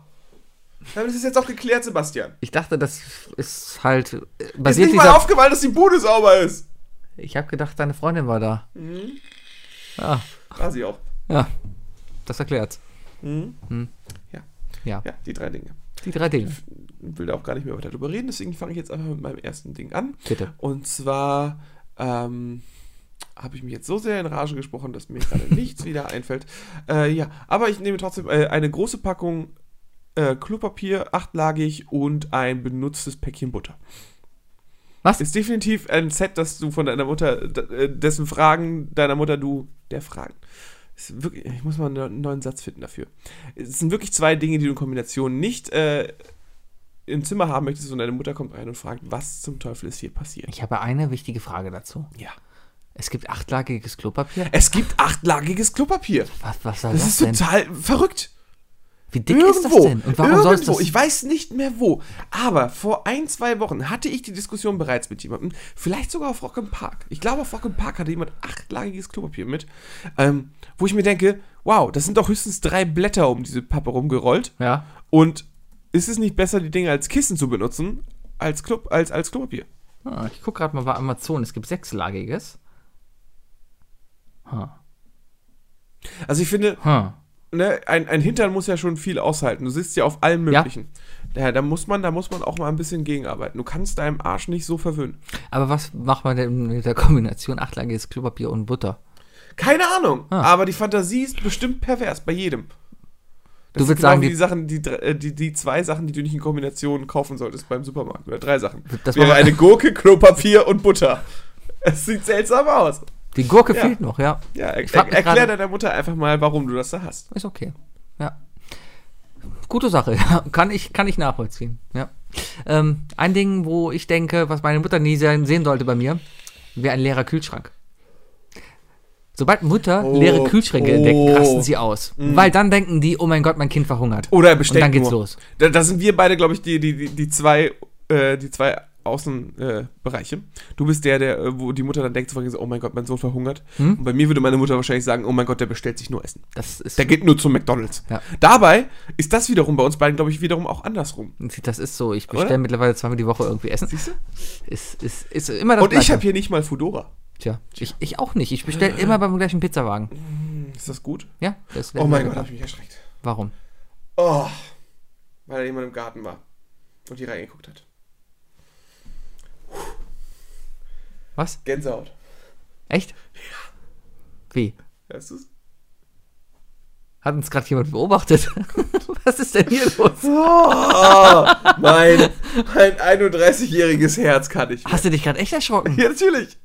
A: Damit ist es jetzt auch geklärt, Sebastian.
B: Ich dachte, das ist halt äh,
A: Ist
B: basiert
A: nicht mal
B: dieser.
A: aufgefallen, dass die Bude sauber ist.
B: Ich habe gedacht, deine Freundin war da. Mhm. Ah,
A: War sie auch.
B: ja, das erklärt's.
A: Ja.
B: Ja,
A: Ja, die drei Dinge.
B: die drei Dinge.
A: will da auch gar nicht mehr weiter drüber reden, deswegen fange ich jetzt einfach mit meinem ersten Ding an.
B: Bitte.
A: Und zwar ähm, habe ich mich jetzt so sehr in Rage gesprochen, dass mir gerade nichts wieder einfällt. Äh, ja, aber ich nehme trotzdem äh, eine große Packung äh, Klopapier, achtlagig und ein benutztes Päckchen Butter.
B: Was?
A: Ist definitiv ein Set, das du von deiner Mutter, d- äh, dessen Fragen deiner Mutter du der Fragen. Ist wirklich, ich muss mal einen neu- neuen Satz finden dafür. Es sind wirklich zwei Dinge, die du in Kombination nicht äh, im Zimmer haben möchtest und deine Mutter kommt rein und fragt, was zum Teufel ist hier passiert.
B: Ich habe eine wichtige Frage dazu.
A: Ja.
B: Es gibt achtlagiges Klopapier.
A: Es gibt achtlagiges Klopapier.
B: Was, was soll
A: Äh, Das
B: das,
A: ist
B: denn?
A: total verrückt.
B: Wie dick ist das
A: irgendwo,
B: denn? Und warum
A: irgendwo,
B: soll es das?
A: ich weiß nicht mehr wo, aber vor ein, zwei Wochen hatte ich die Diskussion bereits mit jemandem, vielleicht sogar auf Rock'em Park. Ich glaube, auf Rock'em Park hatte jemand achtlagiges Klopapier mit, ähm, wo ich mir denke, wow, das sind doch höchstens drei Blätter um diese Pappe rumgerollt.
B: Ja.
A: Und ist es nicht besser, die Dinge als Kissen zu benutzen, als, Klop als, als Klopapier?
B: Ah, ich gucke gerade mal bei Amazon. Es gibt sechslagiges. Huh.
A: Also ich finde,
B: Huh.
A: ne, ein, ein Hintern muss ja schon viel aushalten. Du sitzt ja auf allem
B: Ja.
A: Möglichen. Ja. da muss man, da muss man auch mal ein bisschen gegenarbeiten. Du kannst deinem Arsch nicht so verwöhnen.
B: Aber was macht man denn mit der Kombination achtlagiges Klopapier und Butter?
A: Keine Ahnung,
B: Ah.
A: aber die Fantasie ist bestimmt pervers bei jedem. Das
B: Du
A: sind
B: würdest
A: genau
B: sagen,
A: wie
B: die-
A: die, Sachen, die, dr- äh, die, die zwei Sachen, die du nicht in Kombination kaufen solltest beim Supermarkt. Oder drei Sachen. Das
B: Das
A: wäre
B: war-
A: eine Gurke, Klopapier und Butter. Es sieht seltsam aus.
B: Die Gurke
A: Ja.
B: fehlt noch, ja.
A: Ja, er,
B: Ich
A: er,
B: frag mich
A: erklär
B: gerade-
A: deiner Mutter einfach mal, warum du das da hast.
B: Ist okay. Ja. Gute Sache, [LAUGHS] ja. Kann ich, kann ich nachvollziehen. Ja. Ähm, ein Ding, wo ich denke, was meine Mutter nie sehen sehen sollte bei mir, wäre ein leerer Kühlschrank. Sobald Mutter
A: Oh,
B: leere
A: oh.
B: Kühlschränke
A: Mhm.
B: entdecken, rasten sie aus. Weil dann denken die, oh mein Gott, mein Kind verhungert.
A: Oder Besteck
B: Und dann geht's
A: nur.
B: los.
A: Da, da sind wir beide, glaube ich, die, die, die, die zwei, äh, die zwei Außenbereiche. Äh, Bereiche. du bist der, der, äh, wo die Mutter dann denkt, so, oh mein Gott, mein Sohn verhungert.
B: Hm?
A: Und bei mir würde meine Mutter wahrscheinlich sagen, oh mein Gott, der bestellt sich nur Essen.
B: Das ist,
A: Der geht nur zum McDonalds.
B: Ja.
A: Dabei ist das wiederum bei uns beiden, glaube ich, wiederum auch andersrum.
B: das ist so. Ich
A: Oder?
B: bestelle mittlerweile zweimal die Woche irgendwie Essen.
A: Siehst du?
B: Ist, ist, ist immer das
A: Und ich
B: Gleiche.
A: habe hier nicht mal Fudora.
B: Tja, ich, ich auch nicht.
A: [LAUGHS]
B: Ich bestelle immer beim gleichen Pizzawagen.
A: Ist das gut?
B: Ja, das ist
A: Oh mein Gott, habe ich mich erschreckt.
B: Warum?
A: Oh, weil da jemand im Garten war und hier reingeguckt hat.
B: Was?
A: Gänsehaut.
B: Echt? Wie?
A: Hörst
B: [LAUGHS]
A: du's?
B: Hat uns gerade
A: [LAUGHS]
B: jemand beobachtet? Was ist denn hier los?
A: Oh, mein, mein 31-jähriges Herz kann
B: [LAUGHS]
A: ich.
B: Hast du dich gerade echt erschrocken?
A: Ja, natürlich.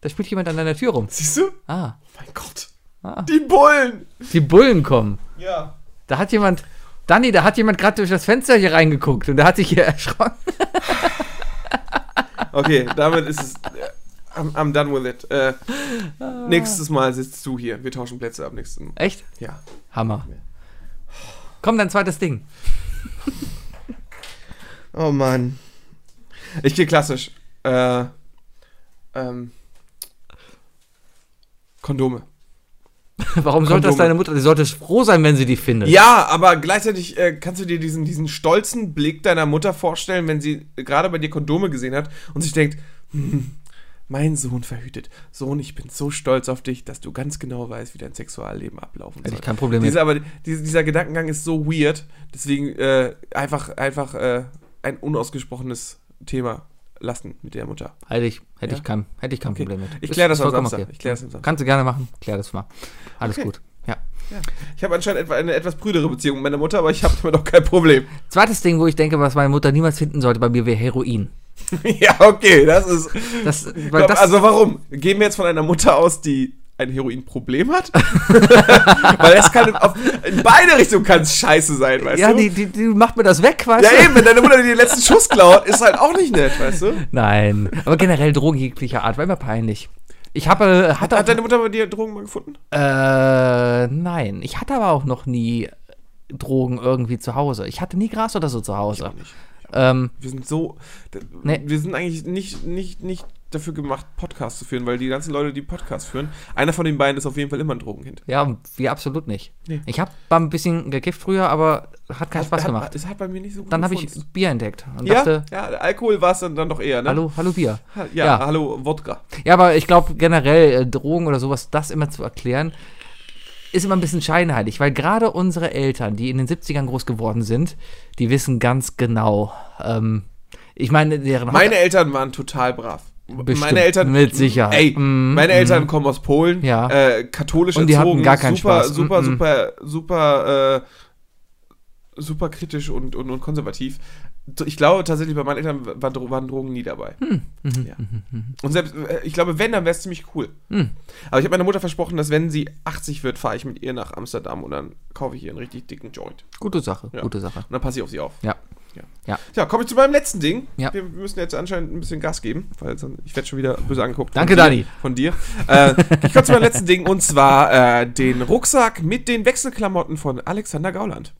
B: Da spielt jemand an deiner Tür rum.
A: Siehst du?
B: Ah,
A: Mein Gott.
B: Ah.
A: Die Bullen.
B: die Bullen kommen.
A: Ja.
B: Da hat jemand. Danny, da hat jemand gerade durch das Fenster hier reingeguckt und der hat sich hier [LAUGHS] erschrocken.
A: Okay, damit ist es. äh, I'm, I'm done with it. Äh,
B: Ah.
A: nächstes Mal sitzt du hier. Wir tauschen Plätze ab nächsten Mal.
B: Echt?
A: Ja.
B: Hammer. Komm, dein
A: [LAUGHS]
B: zweites Ding.
A: Oh Mann. Ich gehe klassisch. Äh, ähm, Kondome.
B: Warum sollte das
A: Kondome.
B: deine Mutter? Du solltest froh sein, wenn sie die findet.
A: Ja, aber gleichzeitig äh, kannst du dir diesen, diesen stolzen Blick deiner Mutter vorstellen, wenn sie äh, gerade bei dir Kondome gesehen hat und sich denkt, hm, mein Sohn verhütet. Sohn, ich bin so stolz auf dich, dass du ganz genau weißt, wie dein Sexualleben ablaufen
B: Hätte
A: soll.
B: ich kein Problem mit.
A: Diese, aber diese, dieser Gedankengang ist so weird, deswegen äh, einfach, einfach äh, ein unausgesprochenes Thema lassen mit der Mutter.
B: Hätte ich, hätte
A: Ja?
B: ich kein, hätte ich kein
A: Okay.
B: Problem mit.
A: Ich
B: Ist-
A: klär das
B: ist
A: am
B: vollkommen
A: Samstag. Ich klär das am Samstag.
B: Kannst du gerne machen. Klär das mal. Alles
A: Okay.
B: gut. Ja.
A: Ich habe anscheinend etwa eine etwas brüdere Beziehung mit meiner Mutter, aber ich habe [LAUGHS] damit auch kein Problem.
B: Zweites Ding, wo ich denke, was meine Mutter niemals finden sollte bei mir, wäre Heroin.
A: [LAUGHS] ja, okay, das ist.
B: Das, weil
A: Komm,
B: das,
A: also warum? Gehen wir jetzt von einer Mutter aus, die ein Heroinproblem hat? [LAUGHS] Weil das kann auf, in beide Richtungen kann es scheiße sein, weißt
B: ja,
A: du?
B: die, die, die macht mir das weg, weißt
A: ja,
B: du?
A: eben, wenn deine Mutter dir den letzten Schuss klaut, ist halt auch nicht nett, weißt du?
B: Nein. Aber generell Drogen jeglicher Art, war immer peinlich. Ich habe, äh, hatte
A: Hat
B: auch,
A: deine Mutter bei dir Drogen mal gefunden?
B: äh, nein, ich hatte aber auch noch nie Drogen irgendwie zu Hause. Ich hatte nie Gras oder so zu Hause. Ähm,
A: Wir sind so. d-
B: Nee.
A: Wir sind eigentlich nicht, nicht, nicht dafür gemacht, Podcasts zu führen, weil die ganzen Leute, die Podcasts führen, einer von den beiden ist auf jeden Fall immer ein Drogenkind.
B: ja, wir absolut nicht.
A: Nee.
B: Ich habe mal ein bisschen gekifft früher, aber hat keinen Spaß
A: hat,
B: gemacht.
A: Hat, es hat bei mir nicht so gut
B: Dann habe ich
A: gefunzt.
B: Bier entdeckt und
A: Ja,
B: dachte,
A: ja, Alkohol war es dann, dann doch eher, ne?
B: hallo, hallo Bier.
A: Ha- Ja,
B: Ja.
A: hallo Wodka.
B: Ja, aber ich glaube generell äh, Drogen oder sowas, das immer zu erklären, ist immer ein bisschen scheinheilig, weil gerade unsere Eltern, die in den 70ern groß geworden sind, die wissen ganz genau, ähm, ich meine, deren Haupt-
A: Meine Eltern waren total brav.
B: Bestimmt,
A: meine Eltern
B: mit Sicherheit.
A: Ey,
B: Mm,
A: meine
B: mm.
A: Eltern kommen aus Polen,
B: Ja.
A: äh, katholisch
B: Und die hatten gar keinen
A: super,
B: Spaß.
A: super,
B: Mm, mm.
A: super, super, äh, super kritisch und, und, und konservativ. So, Ich glaube tatsächlich, bei meinen Eltern waren, Dro- waren Drogen nie dabei.
B: Hm. Mhm.
A: Ja. Und selbst, äh, ich glaube, wenn, dann wäre es ziemlich cool.
B: Hm.
A: Aber ich habe meiner Mutter versprochen, dass wenn sie 80 wird, fahre ich mit ihr nach Amsterdam und dann kaufe ich ihr einen richtig dicken Joint.
B: Gute Sache,
A: Ja.
B: gute Sache.
A: Und dann passe ich auf sie auf.
B: Ja.
A: Ja.
B: Ja.
A: Ja, komme ich zu meinem letzten Ding.
B: Ja.
A: Wir müssen jetzt anscheinend ein bisschen Gas geben, weil sonst, ich werde schon wieder böse angeguckt.
B: Danke,
A: von dir,
B: Dani.
A: Von dir. Äh, ich komme zu meinem letzten Ding und zwar äh, den Rucksack mit den Wechselklamotten von Alexander Gauland.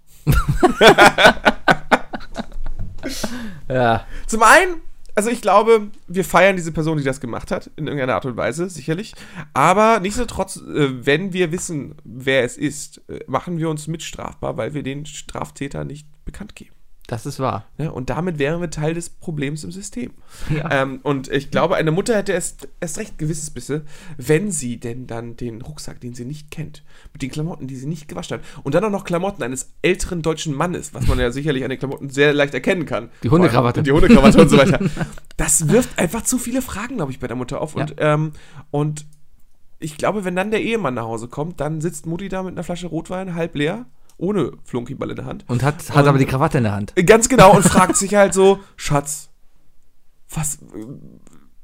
B: Ja.
A: Zum einen, also ich glaube, wir feiern diese Person, die das gemacht hat, in irgendeiner Art und Weise, sicherlich. Aber nichtsdestotrotz, äh, wenn wir wissen, wer es ist, äh, machen wir uns mitstrafbar, weil wir den Straftäter nicht bekannt geben.
B: Das ist wahr.
A: Ne? Und damit wären wir Teil des Problems im System.
B: Ja.
A: Ähm, und ich glaube, eine Mutter hätte erst, erst recht gewisses Bisse, wenn sie denn dann den Rucksack, den sie nicht kennt, mit den Klamotten, die sie nicht gewaschen hat, und dann auch noch Klamotten eines älteren deutschen Mannes, was man
B: [LAUGHS]
A: ja sicherlich an den Klamotten sehr leicht erkennen kann.
B: Die Hundekrawatte.
A: Vor allem Die Hundekrawatte und so
B: [LAUGHS]
A: weiter. Das wirft einfach zu viele Fragen, glaube ich, bei der Mutter auf. Und, ähm, und ich glaube, wenn dann der Ehemann nach Hause kommt, dann sitzt Mutti da mit einer Flasche Rotwein, halb leer, ohne Flunkyball in der Hand.
B: Und hat, hat aber die Krawatte in der Hand.
A: Ganz genau und fragt sich halt so, Schatz, was, äh,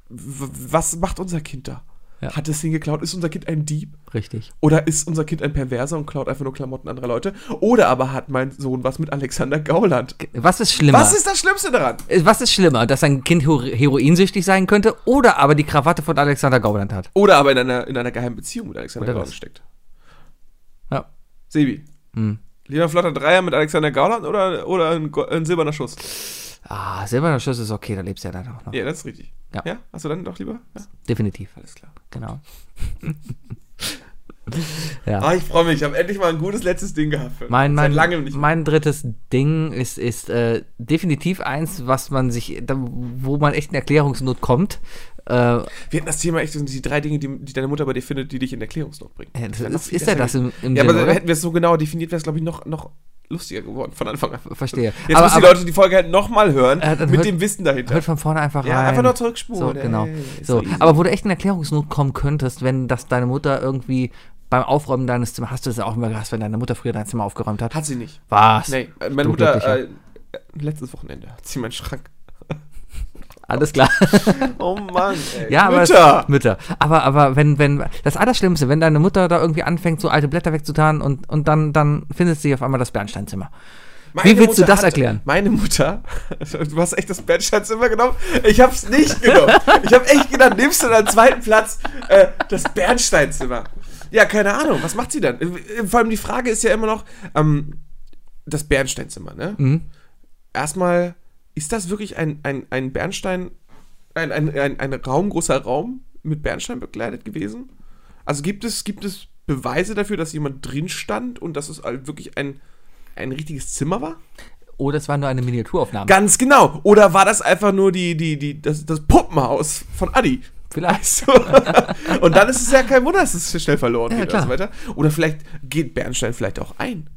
A: w- was macht unser Kind da?
B: Ja.
A: Hat es ihn geklaut? Ist unser Kind ein Dieb?
B: Richtig.
A: Oder ist unser Kind ein Perverser und klaut einfach nur Klamotten anderer Leute? Oder aber hat mein Sohn was mit Alexander Gauland?
B: Was ist schlimmer?
A: Was ist das Schlimmste daran?
B: Äh, Was ist schlimmer, dass ein Kind hero- heroinsüchtig sein könnte oder aber die Krawatte von Alexander Gauland hat?
A: Oder aber in einer, in einer geheimen Beziehung mit Alexander
B: Oder
A: Gauland
B: das.
A: steckt.
B: Ja.
A: Sebi.
B: Hm.
A: Lieber flotter Dreier mit Alexander Gauland oder, oder ein, go- ein silberner Schuss?
B: Ah, silberner Schuss ist okay, da lebst du ja dann auch noch.
A: Ja, das ist richtig.
B: Ja.
A: ja? Hast du dann doch lieber? Ja,
B: Definitiv.
A: alles klar. [LAUGHS]
B: Genau. ja.
A: Ah, ich freue mich. Ich habe endlich mal ein gutes letztes Ding gehabt.
B: Mein, mein,
A: Seit langem nicht.
B: mein drittes Ding ist, ist äh, definitiv eins, was man sich, da, wo man echt in Erklärungsnot kommt. Äh,
A: Wir hatten das Thema echt, das sind die drei Dinge, die, die deine Mutter bei dir findet, die dich in Erklärungsnot bringen.
B: Ja, das
A: Wär
B: ist-
A: viel
B: ist ja
A: besser
B: das
A: gewesen.
B: im- im
A: Ja,
B: Sinn,
A: aber
B: oder?
A: hätten wir es so genau definiert, wäre es, glaube ich, noch, noch lustiger geworden von Anfang an.
B: Verstehe.
A: Jetzt
B: Aber-
A: müssen die
B: aber-
A: Leute die Folge halt nochmal hören,
B: Äh, dann
A: mit
B: hört-
A: dem Wissen dahinter.
B: hört von vorne einfach
A: Ja,
B: rein.
A: einfach nur zurückspulen,
B: So,
A: ey,
B: genau.
A: ist
B: so.
A: so easy.
B: Aber wo du echt in Erklärungsnot kommen könntest, wenn das deine Mutter irgendwie beim Aufräumen deines Zimmers, hast du das ja auch immer gehasst, wenn deine Mutter früher dein Zimmer aufgeräumt hat?
A: Hat sie nicht.
B: Was?
A: Nee, äh, meine
B: Du
A: Mutter,
B: Glücklicher.
A: äh, letztes Wochenende hat sie meinen Schrank.
B: Alles klar.
A: Oh Mann, ey.
B: Ja, aber
A: Mütter.
B: Es, Mütter. Aber, aber wenn, wenn, das Allerschlimmste, wenn deine Mutter da irgendwie anfängt, so alte Blätter wegzutanen und, und dann, dann findet sie auf einmal das Bernsteinzimmer.
A: Meine
B: Wie willst du das
A: hat-
B: erklären?
A: Meine Mutter, [LAUGHS] du hast echt das Bernsteinzimmer genommen. Ich hab's nicht genommen. Ich hab echt gedacht, nimmst du dann zweiten Platz äh, das Bernsteinzimmer. Ja, keine Ahnung, was macht sie dann? Äh, Vor allem die Frage ist ja immer noch, ähm, das Bernsteinzimmer, ne?
B: Mhm.
A: Erstmal, ist das wirklich ein, ein, ein Bernstein, ein, ein, ein, ein Raum, großer Raum mit Bernstein bekleidet gewesen? Also gibt es, gibt es Beweise dafür, dass jemand drin stand und dass es halt wirklich ein, ein richtiges Zimmer war?
B: Oder es war nur eine Miniaturaufnahme.
A: Ganz genau. Oder war das einfach nur die, die, die, das, das Puppenhaus von Adi? [LAUGHS]
B: Vielleicht.
A: So. Und dann ist es ja kein Wunder, dass es schnell verloren
B: Ja,
A: geht und so
B: klar.
A: weiter. Oder vielleicht geht Bernstein vielleicht auch ein.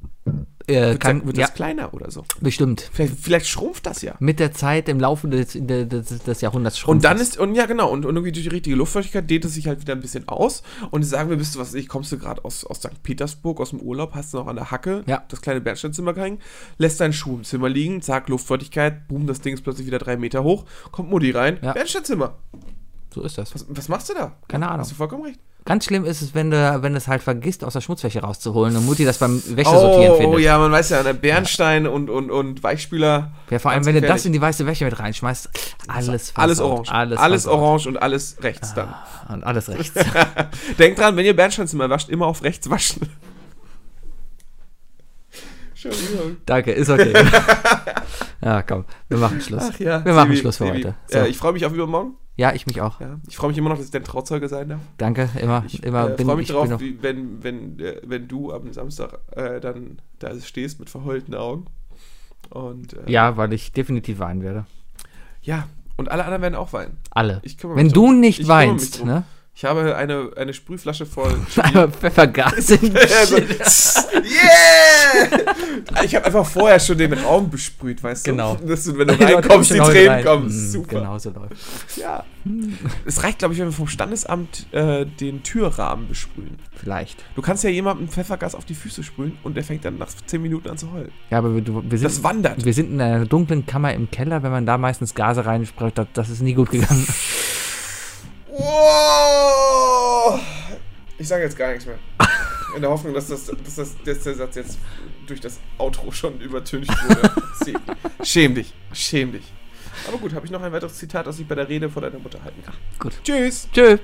B: Äh,
A: Wird,
B: kann,
A: wird
B: ja,
A: das kleiner oder so.
B: bestimmt.
A: Vielleicht, vielleicht schrumpft das ja.
B: Mit der Zeit, im Laufe des, des, des Jahrhunderts schon.
A: Und dann ist, und ja genau, und, und irgendwie durch die richtige Luftfeuchtigkeit dehnt es sich halt wieder ein bisschen aus. Und die sagen mir, bist du was, ich kommst du gerade aus, aus St. Petersburg, aus dem Urlaub, hast du noch an der Hacke
B: Ja.
A: das kleine Bernsteinzimmer gehängt, lässt deinen Schuh im Zimmer liegen, zack, Luftfeuchtigkeit, boom, das Ding ist plötzlich wieder drei Meter hoch, kommt Mutti rein,
B: Ja.
A: Bernsteinzimmer.
B: So ist das.
A: Was, was machst du da?
B: Keine Ahnung.
A: Hast du vollkommen recht.
B: Ganz schlimm ist es, wenn du, wenn du es halt vergisst, aus der Schmutzwäsche rauszuholen und Mutti das beim Wäschesortieren findet.
A: oh ja, man weiß ja, an der Bernstein und, und, und Weichspüler.
B: Ja, vor allem,
A: Ganz
B: wenn du das
A: gefährlich.
B: in die weiße Wäsche mit reinschmeißt, alles
A: alles
B: versaut,
A: orange.
B: Alles,
A: Alles,
B: versaut. Ah.
A: orange und alles rechts dann.
B: Und alles rechts.
A: Denkt dran, wenn ihr Bernsteinzimmer wascht, immer auf rechts waschen. Entschuldigung.
B: Danke,
A: [LAUGHS]
B: ist okay. ja, komm, wir machen Schluss.
A: Ach ja,
B: wir machen
A: Sebi,
B: Schluss für
A: Sebi.
B: heute. So.
A: Ja, ich freue mich auf übermorgen.
B: ja, ich mich auch.
A: Ja, ich freue mich immer noch, dass ich dein Trauzeuge sein darf.
B: Danke, immer,
A: Ich
B: immer
A: äh, freue mich
B: ich
A: darauf,
B: noch-
A: wie- wenn, wenn, äh, wenn du am Samstag äh, dann da stehst mit verheulten Augen. Und, äh,
B: ja, weil ich definitiv weinen werde.
A: ja, und alle anderen werden auch weinen.
B: Alle.
A: Ich kümmere mich
B: Wenn du
A: drum.
B: nicht
A: Ich kümmere mich
B: weinst,
A: drum.
B: ne? [LAUGHS]
A: Ich habe eine, eine Sprühflasche voll.
B: Einmal
A: [LAUGHS]
B: Pfeffergas.
A: Also, [LAUGHS] yeah! Ich habe einfach vorher schon den Raum besprüht, weißt du?
B: Genau.
A: Dass du, wenn du
B: Die Leute kommen
A: reinkommst, die
B: schon heute
A: Tränen
B: rein.
A: kommen.
B: Mhm,
A: Super.
B: Genau so läuft.
A: Ja. Es reicht, glaube ich, wenn wir vom Standesamt äh, den Türrahmen besprühen.
B: Vielleicht.
A: Du kannst ja jemandem Pfeffergas auf die Füße sprühen und der fängt dann nach 10 Minuten an zu heulen.
B: Ja, aber wir, du- wir,
A: Das
B: sind,
A: wandert.
B: wir sind in einer dunklen Kammer im Keller, wenn man da meistens Gase reinspricht, das, das ist nie gut gegangen.
A: Wow! Ich sage jetzt gar nichts mehr. In der Hoffnung, dass, das, dass, das, dass der Satz jetzt durch das Outro schon übertüncht wurde. Sie- Schäm dich. Schäm dich. Aber gut, habe ich noch ein weiteres Zitat, das ich bei der Rede von deiner Mutter halten kann.
B: Gut.
A: Tschüss!
B: Tschö.